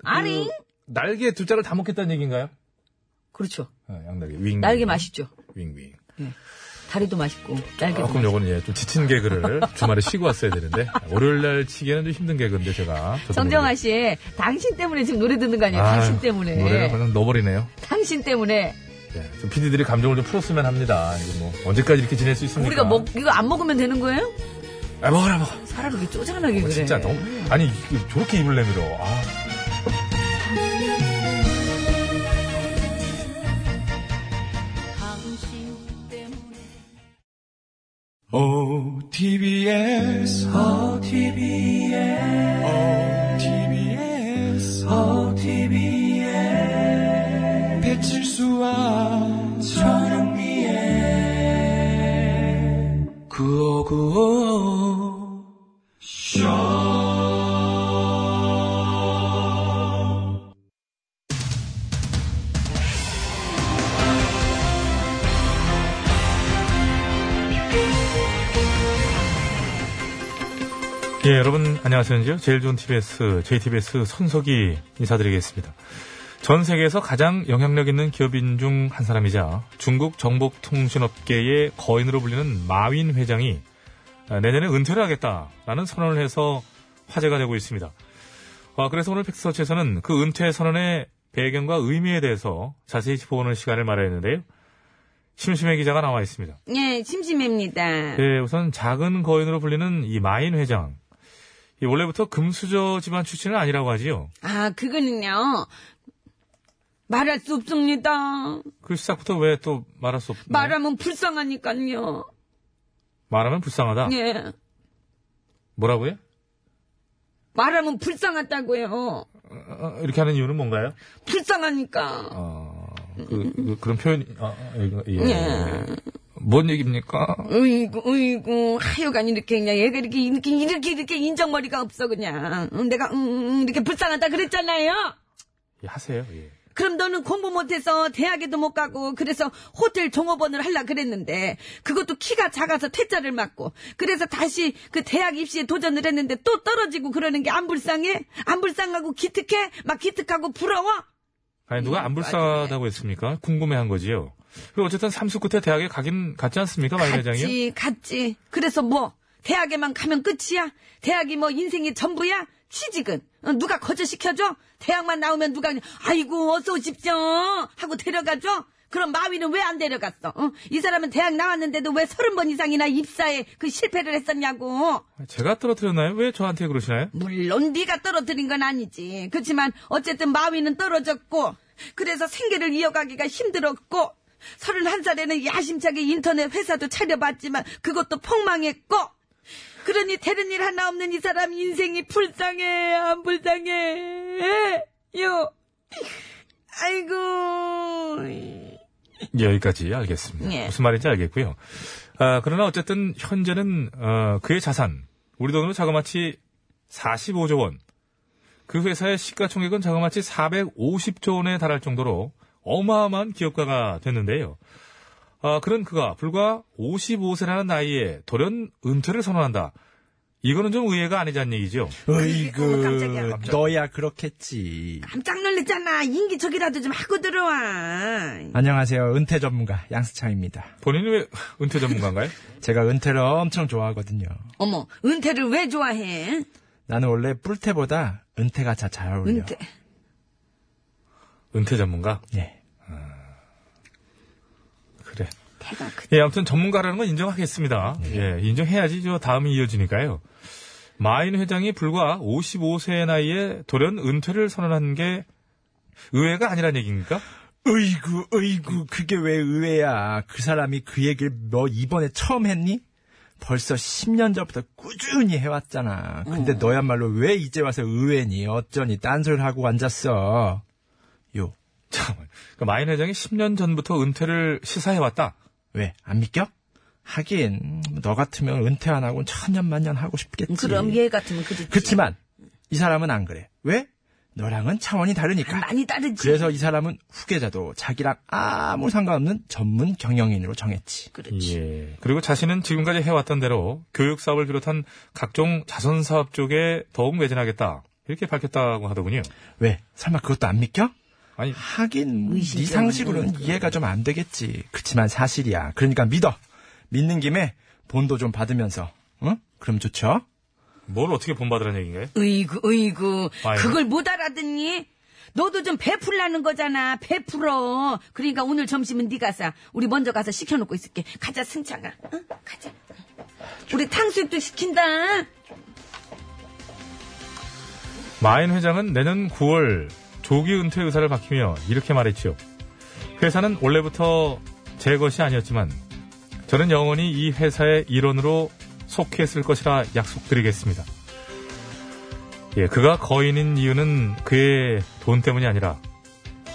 S4: 아링
S3: 날개 두 짝을 다 먹겠다는 얘기인가요?
S4: 그렇죠.
S3: 어, 양날개. 윙.
S4: 날개 맛있죠.
S3: 윙윙.
S4: 다리도 맛있고 날개도
S3: 조금
S4: 맛있고.
S3: 요거는 예, 좀 지친 개그를 주말에 쉬고 왔어야 되는데 월요일 날 치기에는 좀 힘든 개그인데 제가 저도
S4: 정정아
S3: 모르게.
S4: 씨의 당신 때문에 지금 노래 듣는 거 아니에요?
S3: 아유,
S4: 당신 때문에.
S3: 노래가 그냥 넣어버리네요.
S4: 당신 때문에
S3: 예, 좀 PD들이 감정을 좀 풀었으면 합니다. 이거 뭐 언제까지 이렇게 지낼 수 있습니까?
S4: 우리가 먹 이거 안 먹으면 되는 거예요?
S3: 아 먹어라 먹어.
S4: 사람 이렇게 쪼잔하게 그래.
S3: 진짜 너무 아니 이거 저렇게 입을 내밀어. 아.
S9: OTBS, OTBS, OTBS, OTBS. 배칠수와 저녁미에 9595.
S3: 예, 여러분 안녕하세요. 제일 좋은 TBS, JTBS 손석희 인사드리겠습니다. 전 세계에서 가장 영향력 있는 기업인 중 한 사람이자 중국 정보통신업계의 거인으로 불리는 마윈 회장이 아, 내년에 은퇴를 하겠다라는 선언을 해서 화제가 되고 있습니다. 아, 그래서 오늘 팩스서치에서는 그 은퇴 선언의 배경과 의미에 대해서 자세히 짚어보는 시간을 마련했는데요. 심심해 기자가 나와 있습니다.
S4: 예, 심심합니다.
S3: 예, 우선 작은 거인으로 불리는 이 마인 회장. 이 원래부터 금수저 집안 출신은 아니라고 하지요.
S4: 아, 그거는요. 말할 수 없습니다.
S3: 그 시작부터 왜 또 말할 수 없나?
S4: 말하면 불쌍하니까요.
S3: 말하면 불쌍하다.
S4: 예.
S3: 뭐라고요?
S4: 말하면 불쌍하다고요.
S3: 어, 이렇게 하는 이유는 뭔가요?
S4: 불쌍하니까.
S3: 어, 그, 그, 런 표현이, 아, 예.
S4: 예.
S3: 뭔 얘기입니까?
S4: 어이구, 어이구, 하여간 이렇게 그냥 얘가 이렇게, 이렇게, 이렇게, 이렇게 인정머리가 없어, 그냥. 응, 내가, 음, 음, 이렇게 불쌍하다 그랬잖아요?
S3: 예, 하세요, 예.
S4: 그럼 너는 공부 못해서 대학에도 못 가고 그래서 호텔 종업원을 하려 그랬는데 그것도 키가 작아서 퇴짜를 맞고 그래서 다시 그 대학 입시에 도전을 했는데 또 떨어지고 그러는 게 안 불쌍해? 안 불쌍하고 기특해? 막 기특하고 부러워?
S3: 아니, 누가 안 불쌍하다고 했습니까? 궁금해 한 거지요. 그 어쨌든 삼수 끝에 대학에 가긴 갔지 않습니까, 마인 회장이요?
S4: 갔지 갔지 그래서 뭐 대학에만 가면 끝이야? 대학이 뭐 인생의 전부야? 취직은 어, 누가 거저 시켜줘? 대학만 나오면 누가 그냥, 아이고 어서 오십시오 하고 데려가줘? 그럼 마위는 왜 안 데려갔어? 어? 이 사람은 대학 나왔는데도 왜 서른 번 이상이나 입사에 그 실패를 했었냐고?
S3: 제가 떨어뜨렸나요? 왜 저한테 그러시나요?
S4: 물론 네가 떨어뜨린 건 아니지. 그렇지만 어쨌든 마위는 떨어졌고 그래서 생계를 이어가기가 힘들었고 31살에는 야심차게 인터넷 회사도 차려봤지만 그것도 폭망했고 그러니 되는 일 하나 없는 이 사람 인생이 불쌍해 안 불쌍해 요 아이고
S3: 여기까지 알겠습니다.
S4: 예.
S3: 무슨 말인지 알겠고요. 아, 그러나 어쨌든 현재는 어, 그의 자산, 우리 돈으로 자그마치 45조 원, 그 회사의 시가총액은 자그마치 450조 원에 달할 정도로 어마어마한 기업가가 됐는데요. 아, 그런 그가 불과 55세라는 나이에 돌연 은퇴를 선언한다. 이거는 좀 의외가 아니자는 얘기죠.
S9: 어이구,
S3: 깜짝이야. 깜짝이야.
S9: 너야 그렇겠지.
S7: 깜짝 놀랐잖아. 인기척이라도 좀 하고 들어와.
S9: 안녕하세요. 은퇴 전문가 양스창입니다.
S3: 본인이 왜 은퇴 전문가인가요?
S9: 제가 은퇴를 엄청 좋아하거든요.
S7: 어머, 은퇴를 왜 좋아해?
S9: 나는 원래 뿔테보다 은퇴가 자- 잘 어울려.
S7: 은퇴.
S3: 은퇴 전문가?
S9: 예.
S3: 그래. 예, 아무튼 전문가라는 건 인정하겠습니다. 예, 인정해야지 저 다음이 이어지니까요. 마인 회장이 불과 55세의 나이에 돌연 은퇴를 선언한 게 의외가 아니란 얘기입니까?
S9: 어이구, 어이구, 그게 왜 의외야. 그 사람이 그 얘기를 너 이번에 처음 했니? 벌써 10년 전부터 꾸준히 해왔잖아.
S7: 어.
S9: 근데 너야말로 왜 이제 와서 의외니? 어쩌니? 딴소리를 하고 앉았어. 요.
S3: 잠깐만. 그 마인 회장이 10년 전부터 은퇴를 시사해왔다.
S9: 왜? 안 믿겨? 하긴, 너 같으면 은퇴 안 하고는 천년만년 하고 싶겠지.
S7: 그럼 예. 얘 같으면 그지.
S9: 그렇지만 이 사람은 안 그래. 왜? 너랑은 차원이 다르니까.
S7: 아, 많이 다르지.
S9: 그래서 이 사람은 후계자도 자기랑 아무 상관없는 전문 경영인으로 정했지.
S3: 예. 그리고 자신은 지금까지 해왔던 대로 교육 사업을 비롯한 각종 자선 사업 쪽에 더욱 매진하겠다. 이렇게 밝혔다고 하더군요.
S9: 왜? 설마 그것도 안 믿겨?
S3: 아니
S9: 하긴 네
S3: 의심이
S9: 상식으로는
S3: 없는
S9: 이해가 좀 안 되겠지. 그렇지만 사실이야. 그러니까 믿어. 믿는 김에 본도 좀 받으면서. 응? 그럼 좋죠.
S3: 뭘 어떻게 본받으라는 얘기인가요?
S7: 으이구, 으이구.
S3: 아이고.
S7: 그걸 못 알아듣니? 너도 좀 베풀라는 거잖아. 베풀어. 그러니까 오늘 점심은 네가 싸. 우리 먼저 가서 시켜놓고 있을게. 가자, 승창아. 응? 가자. 우리 탕수육도 시킨다.
S3: 마인 회장은 내년 9월 조기 은퇴 의사를 밝히며 이렇게 말했지요. 회사는 원래부터 제 것이 아니었지만 저는 영원히 이 회사의 일원으로 속해 있을 것이라 약속드리겠습니다. 예, 그가 거인인 이유는 그의 돈 때문이 아니라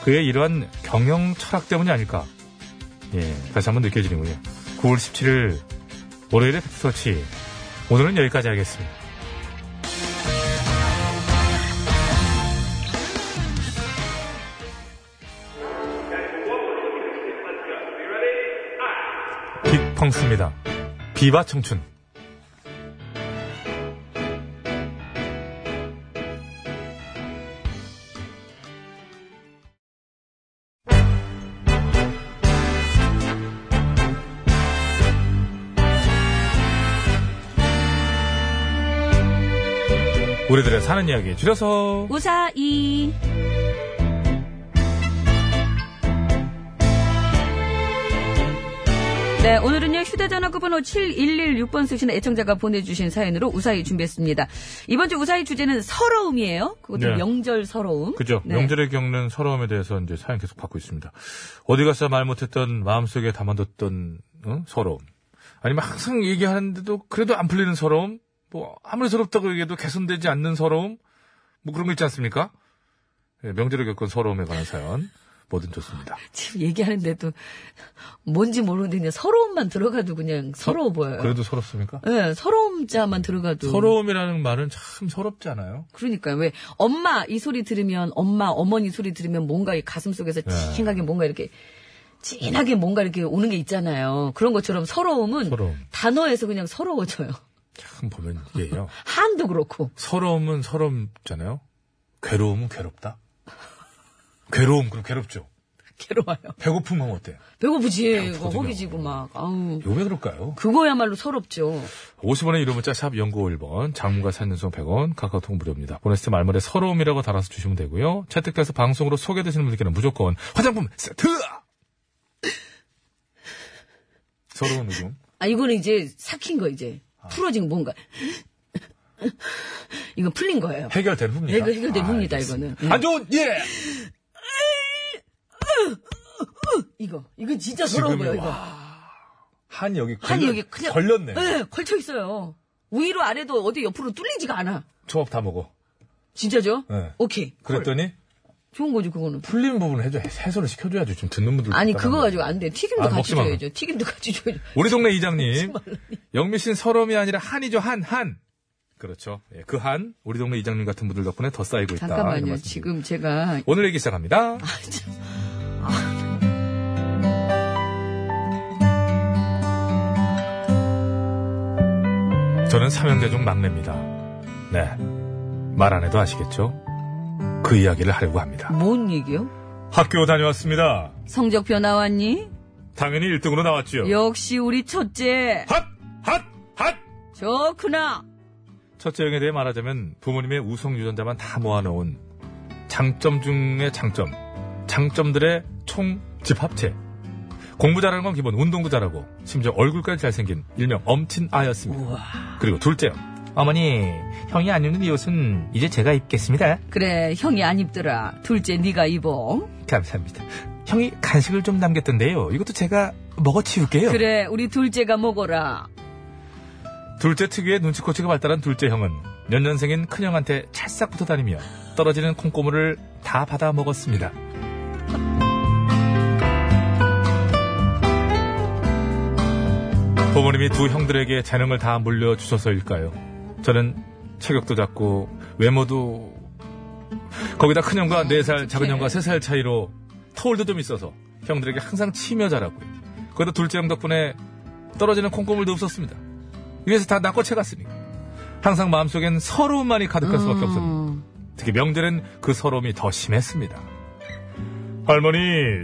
S3: 그의 이러한 경영 철학 때문이 아닐까. 예, 다시 한번 느껴지는군요. 9월 17일 월요일의 팩트터치. 오늘은 여기까지 하겠습니다. 빅펑스입니다. 비바 청춘. 우리들의 사는 이야기 줄여서
S7: 우사이. 네, 오늘은요, 휴대전화 끝번호 7116번 쓰시는 애청자가 보내주신 사연으로 우사히 준비했습니다. 이번 주 우사히 주제는 서러움이에요. 그것도
S3: 네.
S7: 명절 서러움.
S3: 그죠.
S7: 네.
S3: 명절에 겪는 서러움에 대해서 이제 사연 계속 받고 있습니다. 어디 가서 말 못했던 마음속에 담아뒀던 응? 서러움. 아니면 항상 얘기하는데도 그래도 안 풀리는 서러움. 뭐 아무리 서럽다고 얘기해도 개선되지 않는 서러움. 뭐 그런 거 있지 않습니까? 예, 명절에 겪은 서러움에 관한 사연. 뭐든 좋습니다.
S4: 지금 얘기하는데도 뭔지 모르는데 그냥 서러움만 들어가도 그냥 서러워 보여요.
S3: 그래도 서럽습니까?
S7: 네,
S4: 예, 서러움자만 들어가도.
S3: 서러움이라는 말은 참 서럽지 않아요?
S4: 그러니까요. 왜 엄마 이 소리 들으면 엄마 어머니 소리 들으면 뭔가 이 가슴 속에서
S3: 예.
S4: 진하게 뭔가 이렇게 진하게 뭔가 이렇게 오는 게 있잖아요. 그런 것처럼 서러움은
S3: 서러움.
S4: 단어에서 그냥 서러워져요.
S3: 참 보면 이게요.
S4: 한도 그렇고.
S3: 서러움은 서럽잖아요. 괴로움은 괴롭다. 괴로움 그럼 괴롭죠.
S4: 괴로워요.
S3: 배고픔은 어때요?
S4: 배고프지.
S3: 배고프거든요.
S4: 허기지고 막. 아우.
S3: 이거 왜 그럴까요?
S4: 그거야말로 서럽죠.
S3: 50원의 유료 문자 샵 0951번 장문과 산년송 100원 카카오톡 무료입니다. 보냈을 때 말머리에 서러움이라고 달아서 주시면 되고요. 채택돼서 방송으로 소개되시는 분들께는 무조건 화장품 세트! 서러운 의금.
S4: 아, 이거는 이제 삭힌 거 이제. 풀어진 뭔가. 이건 풀린 거예요.
S3: 해결된 후입니다. 아,
S4: 해결- 해결된 후입니다, 이거는. 음.
S3: 안 좋은, 예!
S4: 이거. 이건 진짜 서러운
S3: 지금이
S4: 거예요, 이거.
S3: 한 여기 걸렸,
S4: 한이 여기 그냥.
S3: 걸렸네.
S4: 네, 걸쳐 있어요. 위로 아래도 어디 옆으로 뚫리지가 않아.
S3: 초밥 다 먹어.
S4: 진짜죠?
S3: 예.
S4: 오케이.
S3: 그랬더니
S4: 좋은 거죠, 그거는.
S3: 풀린 부분을 해줘. 해소를 시켜줘야죠. 지금 듣는 분들.
S4: 아니,
S3: 답답한데.
S4: 그거 가지고 안 돼. 튀김도
S3: 아,
S4: 같이
S3: 먹지 마.
S4: 줘야죠. 튀김도 같이 줘야죠.
S3: 우리 동네 이장님. 영미 씨는 서러움이 아니라 한이죠, 한, 한. 그렇죠. 예, 그 한, 우리 동네 이장님 같은 분들 덕분에 더 쌓이고 있다. 이런
S4: 잠깐만요.
S3: 말씀.
S4: 지금 아, 제가
S3: 오늘 얘기 시작합니다. 아. 저는 삼형제중 막내입니다. 네. 말 안 해도 아시겠죠? 그 이야기를 하려고 합니다.
S4: 뭔 얘기요?
S3: 학교 다녀왔습니다.
S4: 성적표 나왔니?
S3: 당연히 1등으로 나왔지요.
S4: 역시 우리 첫째.
S3: 핫! 핫! 핫!
S4: 좋구나.
S3: 첫째 형에 대해 말하자면 부모님의 우성 유전자만 다 모아놓은 장점 중의 장점, 장점들의 총 집합체. 공부 잘하는 건 기본, 운동도 잘하고, 심지어 얼굴까지 잘생긴 일명 엄친 아였습니다. 그리고 둘째 형. 어머니, 형이 안 입는 이 옷은 이제 제가 입겠습니다.
S4: 그래, 형이 안 입더라. 둘째 네가 입어.
S3: 감사합니다. 형이 간식을 좀 남겼던데요. 이것도 제가 먹어치울게요.
S4: 그래, 우리 둘째가 먹어라.
S3: 둘째 특유의 눈치코치가 발달한 둘째 형은 연년생인 큰형한테 찰싹 붙어 다니며 떨어지는 콩고물을 다 받아 먹었습니다. 부모님이 두 형들에게 재능을 다 물려주셔서일까요? 저는 체격도 작고 외모도 거기다 큰형과 네 살 작은 형과 세 살 차이로 터울도 좀 있어서 형들에게 항상 치며 자라고요. 거기다 둘째 형 덕분에 떨어지는 콩고물도 없었습니다. 이래서 다 낚아채 갔으니까. 항상 마음속엔 서러움만이 가득할 수밖에 없었는데 특히 명절엔 그 서러움이 더 심했습니다. 할머니,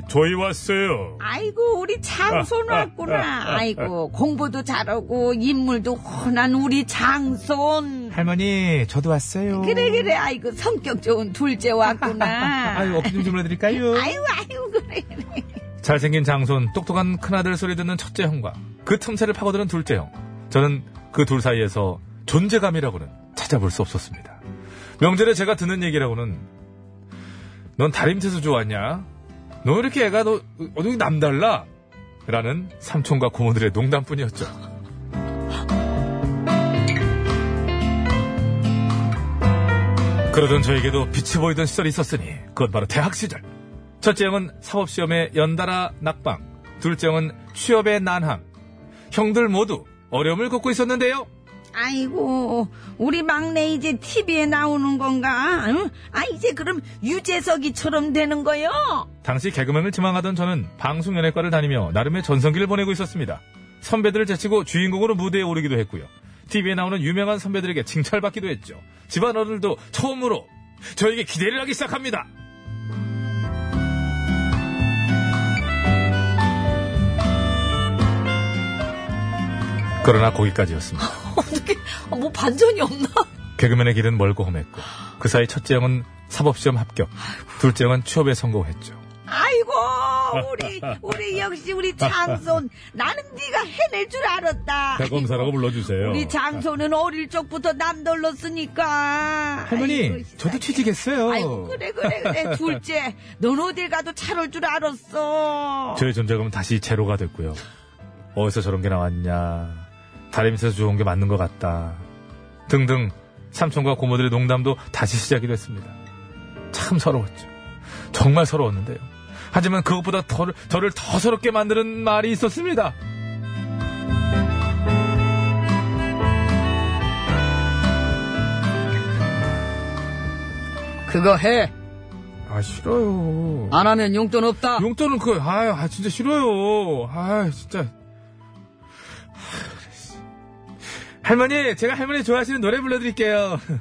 S3: 저희 왔어요.
S4: 아이고, 우리 장손
S3: 아, 아,
S4: 왔구나.
S3: 아, 아,
S4: 아이고, 공부도 잘하고, 인물도 훤한 우리 장손.
S3: 할머니, 저도 왔어요.
S4: 그래, 그래. 아이고, 성격 좋은 둘째 왔구나.
S3: 아유, 어깨 좀 주물러드릴까요?
S4: 아이고, 아이고, 그래.
S3: 잘생긴 장손, 똑똑한 큰아들 소리 듣는 첫째 형과 그 틈새를 파고드는 둘째 형. 저는 그 둘 사이에서 존재감이라고는 찾아볼 수 없었습니다. 명절에 제가 듣는 얘기라고는 넌 다림태수 좋았냐? 너 왜 이렇게 애가 너 어디 남달라? 라는 삼촌과 고모들의 농담뿐이었죠. 그러던 저에게도 빛이 보이던 시절이 있었으니 그건 바로 대학 시절. 첫째 형은 사법시험에 연달아 낙방, 둘째 형은 취업의 난항. 형들 모두 어려움을 겪고 있었는데요.
S4: 아이고, 우리 막내 이제 TV에 나오는 건가? 응? 아, 이제 그럼 유재석이처럼 되는 거요?
S3: 당시 개그맨을 지망하던 저는 방송연예과를 다니며 나름의 전성기를 보내고 있었습니다. 선배들을 제치고 주인공으로 무대에 오르기도 했고요. TV에 나오는 유명한 선배들에게 칭찬받기도 했죠. 집안 어른들도 처음으로 저에게 기대를 하기 시작합니다. 그러나 거기까지였습니다.
S4: 어떻게, 뭐 반전이 없나?
S3: 개그맨의 길은 멀고 험했고 그 사이 첫째 형은 사법시험 합격, 둘째 형은 취업에 성공했죠.
S4: 아이고, 우리, 우리 역시 우리 장손. 나는 네가 해낼 줄 알았다.
S3: 대검사라고 불러주세요.
S4: 우리 장손은 어릴 적부터 남돌렀으니까. 아이고,
S3: 저도 취직했어요.
S4: 아이고, 그래, 그래, 그래. 둘째, 넌 어딜 가도 차올 줄 알았어.
S3: 저의 존재감은 다시 제로가 됐고요. 어디서 저런 게 나왔냐. 다리밑에서 좋은 게 맞는 것 같다. 등등 삼촌과 고모들의 농담도 다시 시작이 됐습니다. 참 서러웠죠. 정말 서러웠는데요. 하지만 그것보다 덜- 저를 더 서럽게 만드는 말이 있었습니다.
S4: 그거 해.
S3: 아 싫어요.
S4: 안 하면 용돈 없다.
S3: 용돈은 그 아유 아 진짜 싫어요. 아 진짜. 할머니 제가 할머니 좋아하시는 노래 불러드릴게요.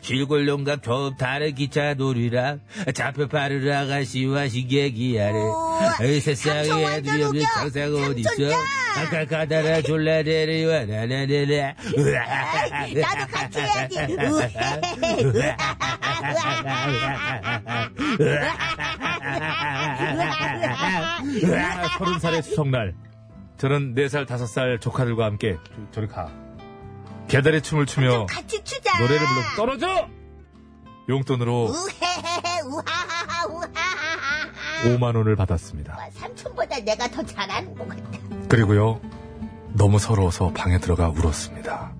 S12: 실골농갑 조업 다른 기차 놀이라 잡혀 파르 아가씨와 시계기 아래
S3: 어,
S12: 이 세상에 애들이 없는 장사가 어딨어 가가가다라 졸라데리와 나나나나 나도 같이 해야지
S3: 서른 살의 수성날. 저는 네 살 다섯 살 조카들과 함께 저- 저리 가. 개다리 춤을 추며
S11: 아,
S4: 같이 추자.
S3: 노래를 불러 떨어져. 용돈으로
S11: 우헤헤헤 우하하하 우하하하
S3: 5만 원을 받았습니다.
S11: 삼촌보다 내가 더 잘하는 것 같아.
S3: 그리고요 너무 서러워서 방에 들어가 울었습니다.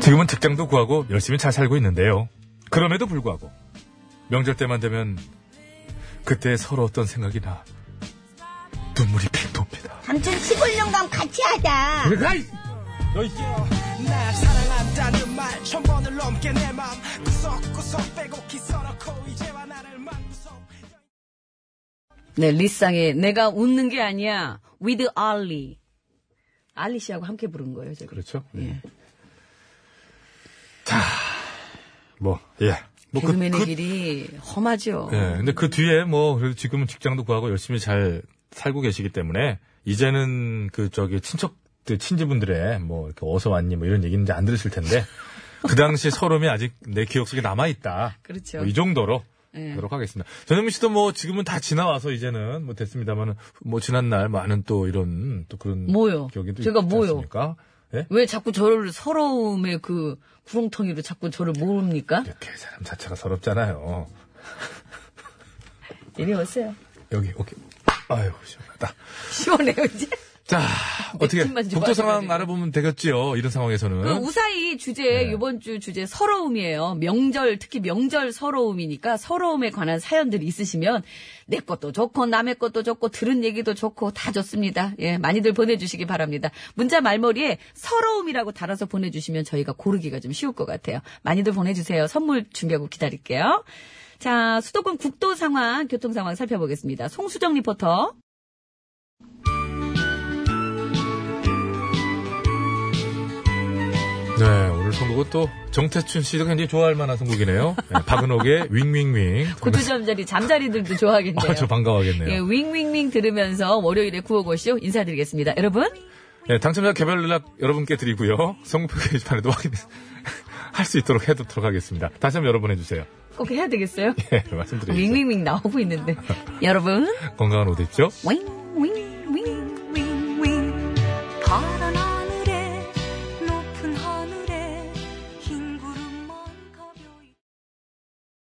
S3: 지금은 직장도 구하고 열심히 잘 살고 있는데요. 그럼에도 불구하고 명절 때만 되면 그때 서러웠던 생각이 나 눈물이 핑 돕니다. 그러니까!
S11: 삼촌 시골 영감 같이 하자.
S3: 그래, 가이!
S13: 날 사랑한다는 말 천 번을 넘게 내 맘 구석구석 빼곡히 썰어고 이제와 나를 만구석
S4: 네, 리쌍의 내가 웃는 게 아니야. with Ollie. 알리 씨하고 함께 부른 거예요, 제가.
S3: 그렇죠. 예. 자, 뭐, 예. 뭐 그-
S4: 개그맨의
S3: 그-
S4: 길이 험하죠.
S3: 예, 근데 그 뒤에 뭐, 그래도 지금은 직장도 구하고 열심히 잘 살고 계시기 때문에, 이제는 그 저기 친척, 들 친지분들의 뭐, 이렇게 어서 왔니 뭐 이런 얘기는 이제 안 들으실 텐데, 그 당시 서름이 아직 내 기억 속에 남아있다.
S4: 그렇죠.
S3: 뭐이 정도로.
S4: 예.
S3: 하도록 하겠습니다. 전현민 씨도 뭐 지금은 다 지나와서 이제는 뭐 됐습니다만 뭐 지난 날 많은 또 이런 또 그런
S4: 뭐요?
S3: 기억이 또
S4: 제가
S3: 있지
S4: 뭐요?
S3: 않습니까? 예?
S4: 왜 자꾸 저를 서러움의 그 구렁텅이로 자꾸 저를 모읍니까?
S3: 이렇게 사람 자체가 서럽잖아요.
S4: 이리 오세요.
S3: 여기 오케이. 아유 시원하다.
S4: 시원해요, 이제.
S3: 자 어떻게
S4: 아, 맥주만 좀
S3: 국토 상황
S4: 마셔가지고.
S3: 알아보면 되겠지요. 이런 상황에서는
S4: 그 우사히 주제 이번 주 주제 서러움이에요. 명절 특히 명절 서러움이니까 서러움에 관한 사연들이 있으시면 내 것도 좋고 남의 것도 좋고 들은 얘기도 좋고 다 좋습니다. 예, 많이들 보내주시기 바랍니다. 문자 말머리에 서러움이라고 달아서 보내주시면 저희가 고르기가 좀 쉬울 것 같아요. 많이들 보내주세요. 선물 준비하고 기다릴게요. 자, 수도권 국도 상황, 교통 상황 살펴보겠습니다. 송수정 리포터.
S3: 네 오늘 선곡은 또 정태춘 씨도 굉장히 좋아할 만한 선곡이네요. 네, 박은옥의 윙윙윙.
S4: 고추잠자리 잠자리들도 좋아하겠네요.
S3: 아저 반가워하겠네요.
S4: 예, 윙윙윙 들으면서 월요일에 구호고쇼 인사드리겠습니다. 여러분,
S3: 네, 당첨자 개별 연락 여러분께 드리고요. 선곡표 게시판에도 확인할 수 있도록 해두도록 하겠습니다. 다시 한번 여러분 해주세요.
S4: 꼭 해야 되겠어요?
S3: 예, 말씀드리죠.
S4: 윙윙윙 나오고 있는데. 여러분,
S3: 건강한 오됐죠?
S4: 윙!